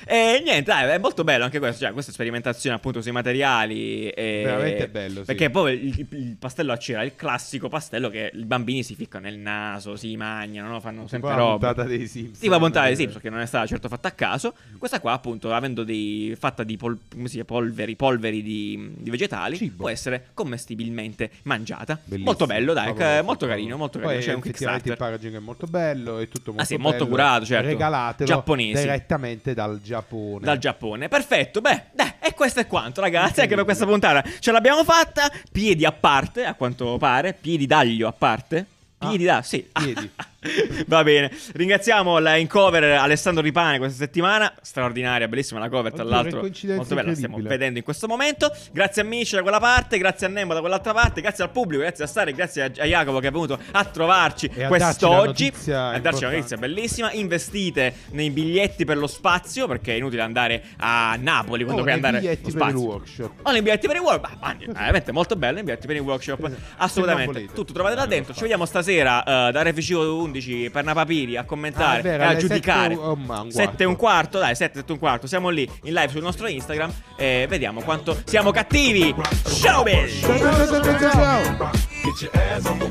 A: E niente, dai, è molto bello anche questo. Cioè, questa sperimentazione appunto sui materiali. e-
B: Veramente bello, sì.
A: Perché poi il, il- il pastello a cera è il classico pastello che i bambini si ficcano nel naso, si mangiano, no? fanno sempre
B: Tipo la
A: roba.
B: puntata dei Simpson.
A: Sì, va a montare i Simpson, che non è stata certo fatta a caso. Questa qua, appunto, avendo dei, fatta di pol- come si dice, polveri, polveri di, di vegetali,
B: Cibo.
A: può essere commestibilmente mangiata.
B: Bellissimo.
A: Molto bello, dai,
B: Cavolo,
A: eh, molto
B: cavolo.
A: carino, molto carino.
B: Poi
A: C'è un
B: effettivamente
A: Kickstarter. Ah,
B: il packaging è molto bello, è tutto molto
A: sì, è molto
B: bello.
A: curato, certo.
B: Regalatelo
A: Giapponesi.
B: direttamente dal Giappone.
A: Dal Giappone, perfetto. Beh, dai, e questo è quanto, ragazzi. Anche per questa puntata ce l'abbiamo fatta. Piedi a parte, a quanto pare, piedi d'aglio a parte. Piedi
B: Ah,
A: da, sì.
B: piedi.
A: Va bene, ringraziamo la in cover Alessandro Ripane questa settimana, straordinaria, bellissima la cover tra
B: Oddio, che
A: l'altro,
B: coincidenza
A: molto bella, la stiamo
B: incredibile.
A: vedendo in questo momento. Grazie a Mici da quella parte, grazie a Nembo da quell'altra parte, grazie al pubblico, grazie a Sare, grazie a, a Jacopo che è venuto a trovarci
B: E a
A: quest'oggi,
B: darci
A: a
B: la notizia
A: darci una
B: importante.
A: notizia bellissima, investite nei biglietti per lo spazio perché è inutile andare a Napoli quando
B: Oh,
A: puoi
B: nei
A: andare
B: biglietti
A: allo
B: per il
A: spazio.
B: workshop.
A: Ho nei biglietti per i workshop. Ah, ma- veramente molto bello. I biglietti per i workshop.
B: Esatto. Se non
A: Assolutamente.
B: volete.
A: Tutto trovate là
B: Eh,
A: dentro.
B: lo
A: Ci vediamo stasera eh, da RFC 11 per Napapiri a
B: Ah,
A: commentare
B: è vero,
A: e a
B: alle
A: giudicare.
B: sette e un- ah, un
A: 7 e un
B: quarto.
A: quarto, dai, 7 e un quarto. Siamo lì in live sul nostro Instagram e vediamo quanto siamo cattivi. Ciao belli!
B: Ciao, ciao, ciao, ciao, ciao.
C: Get your ass on the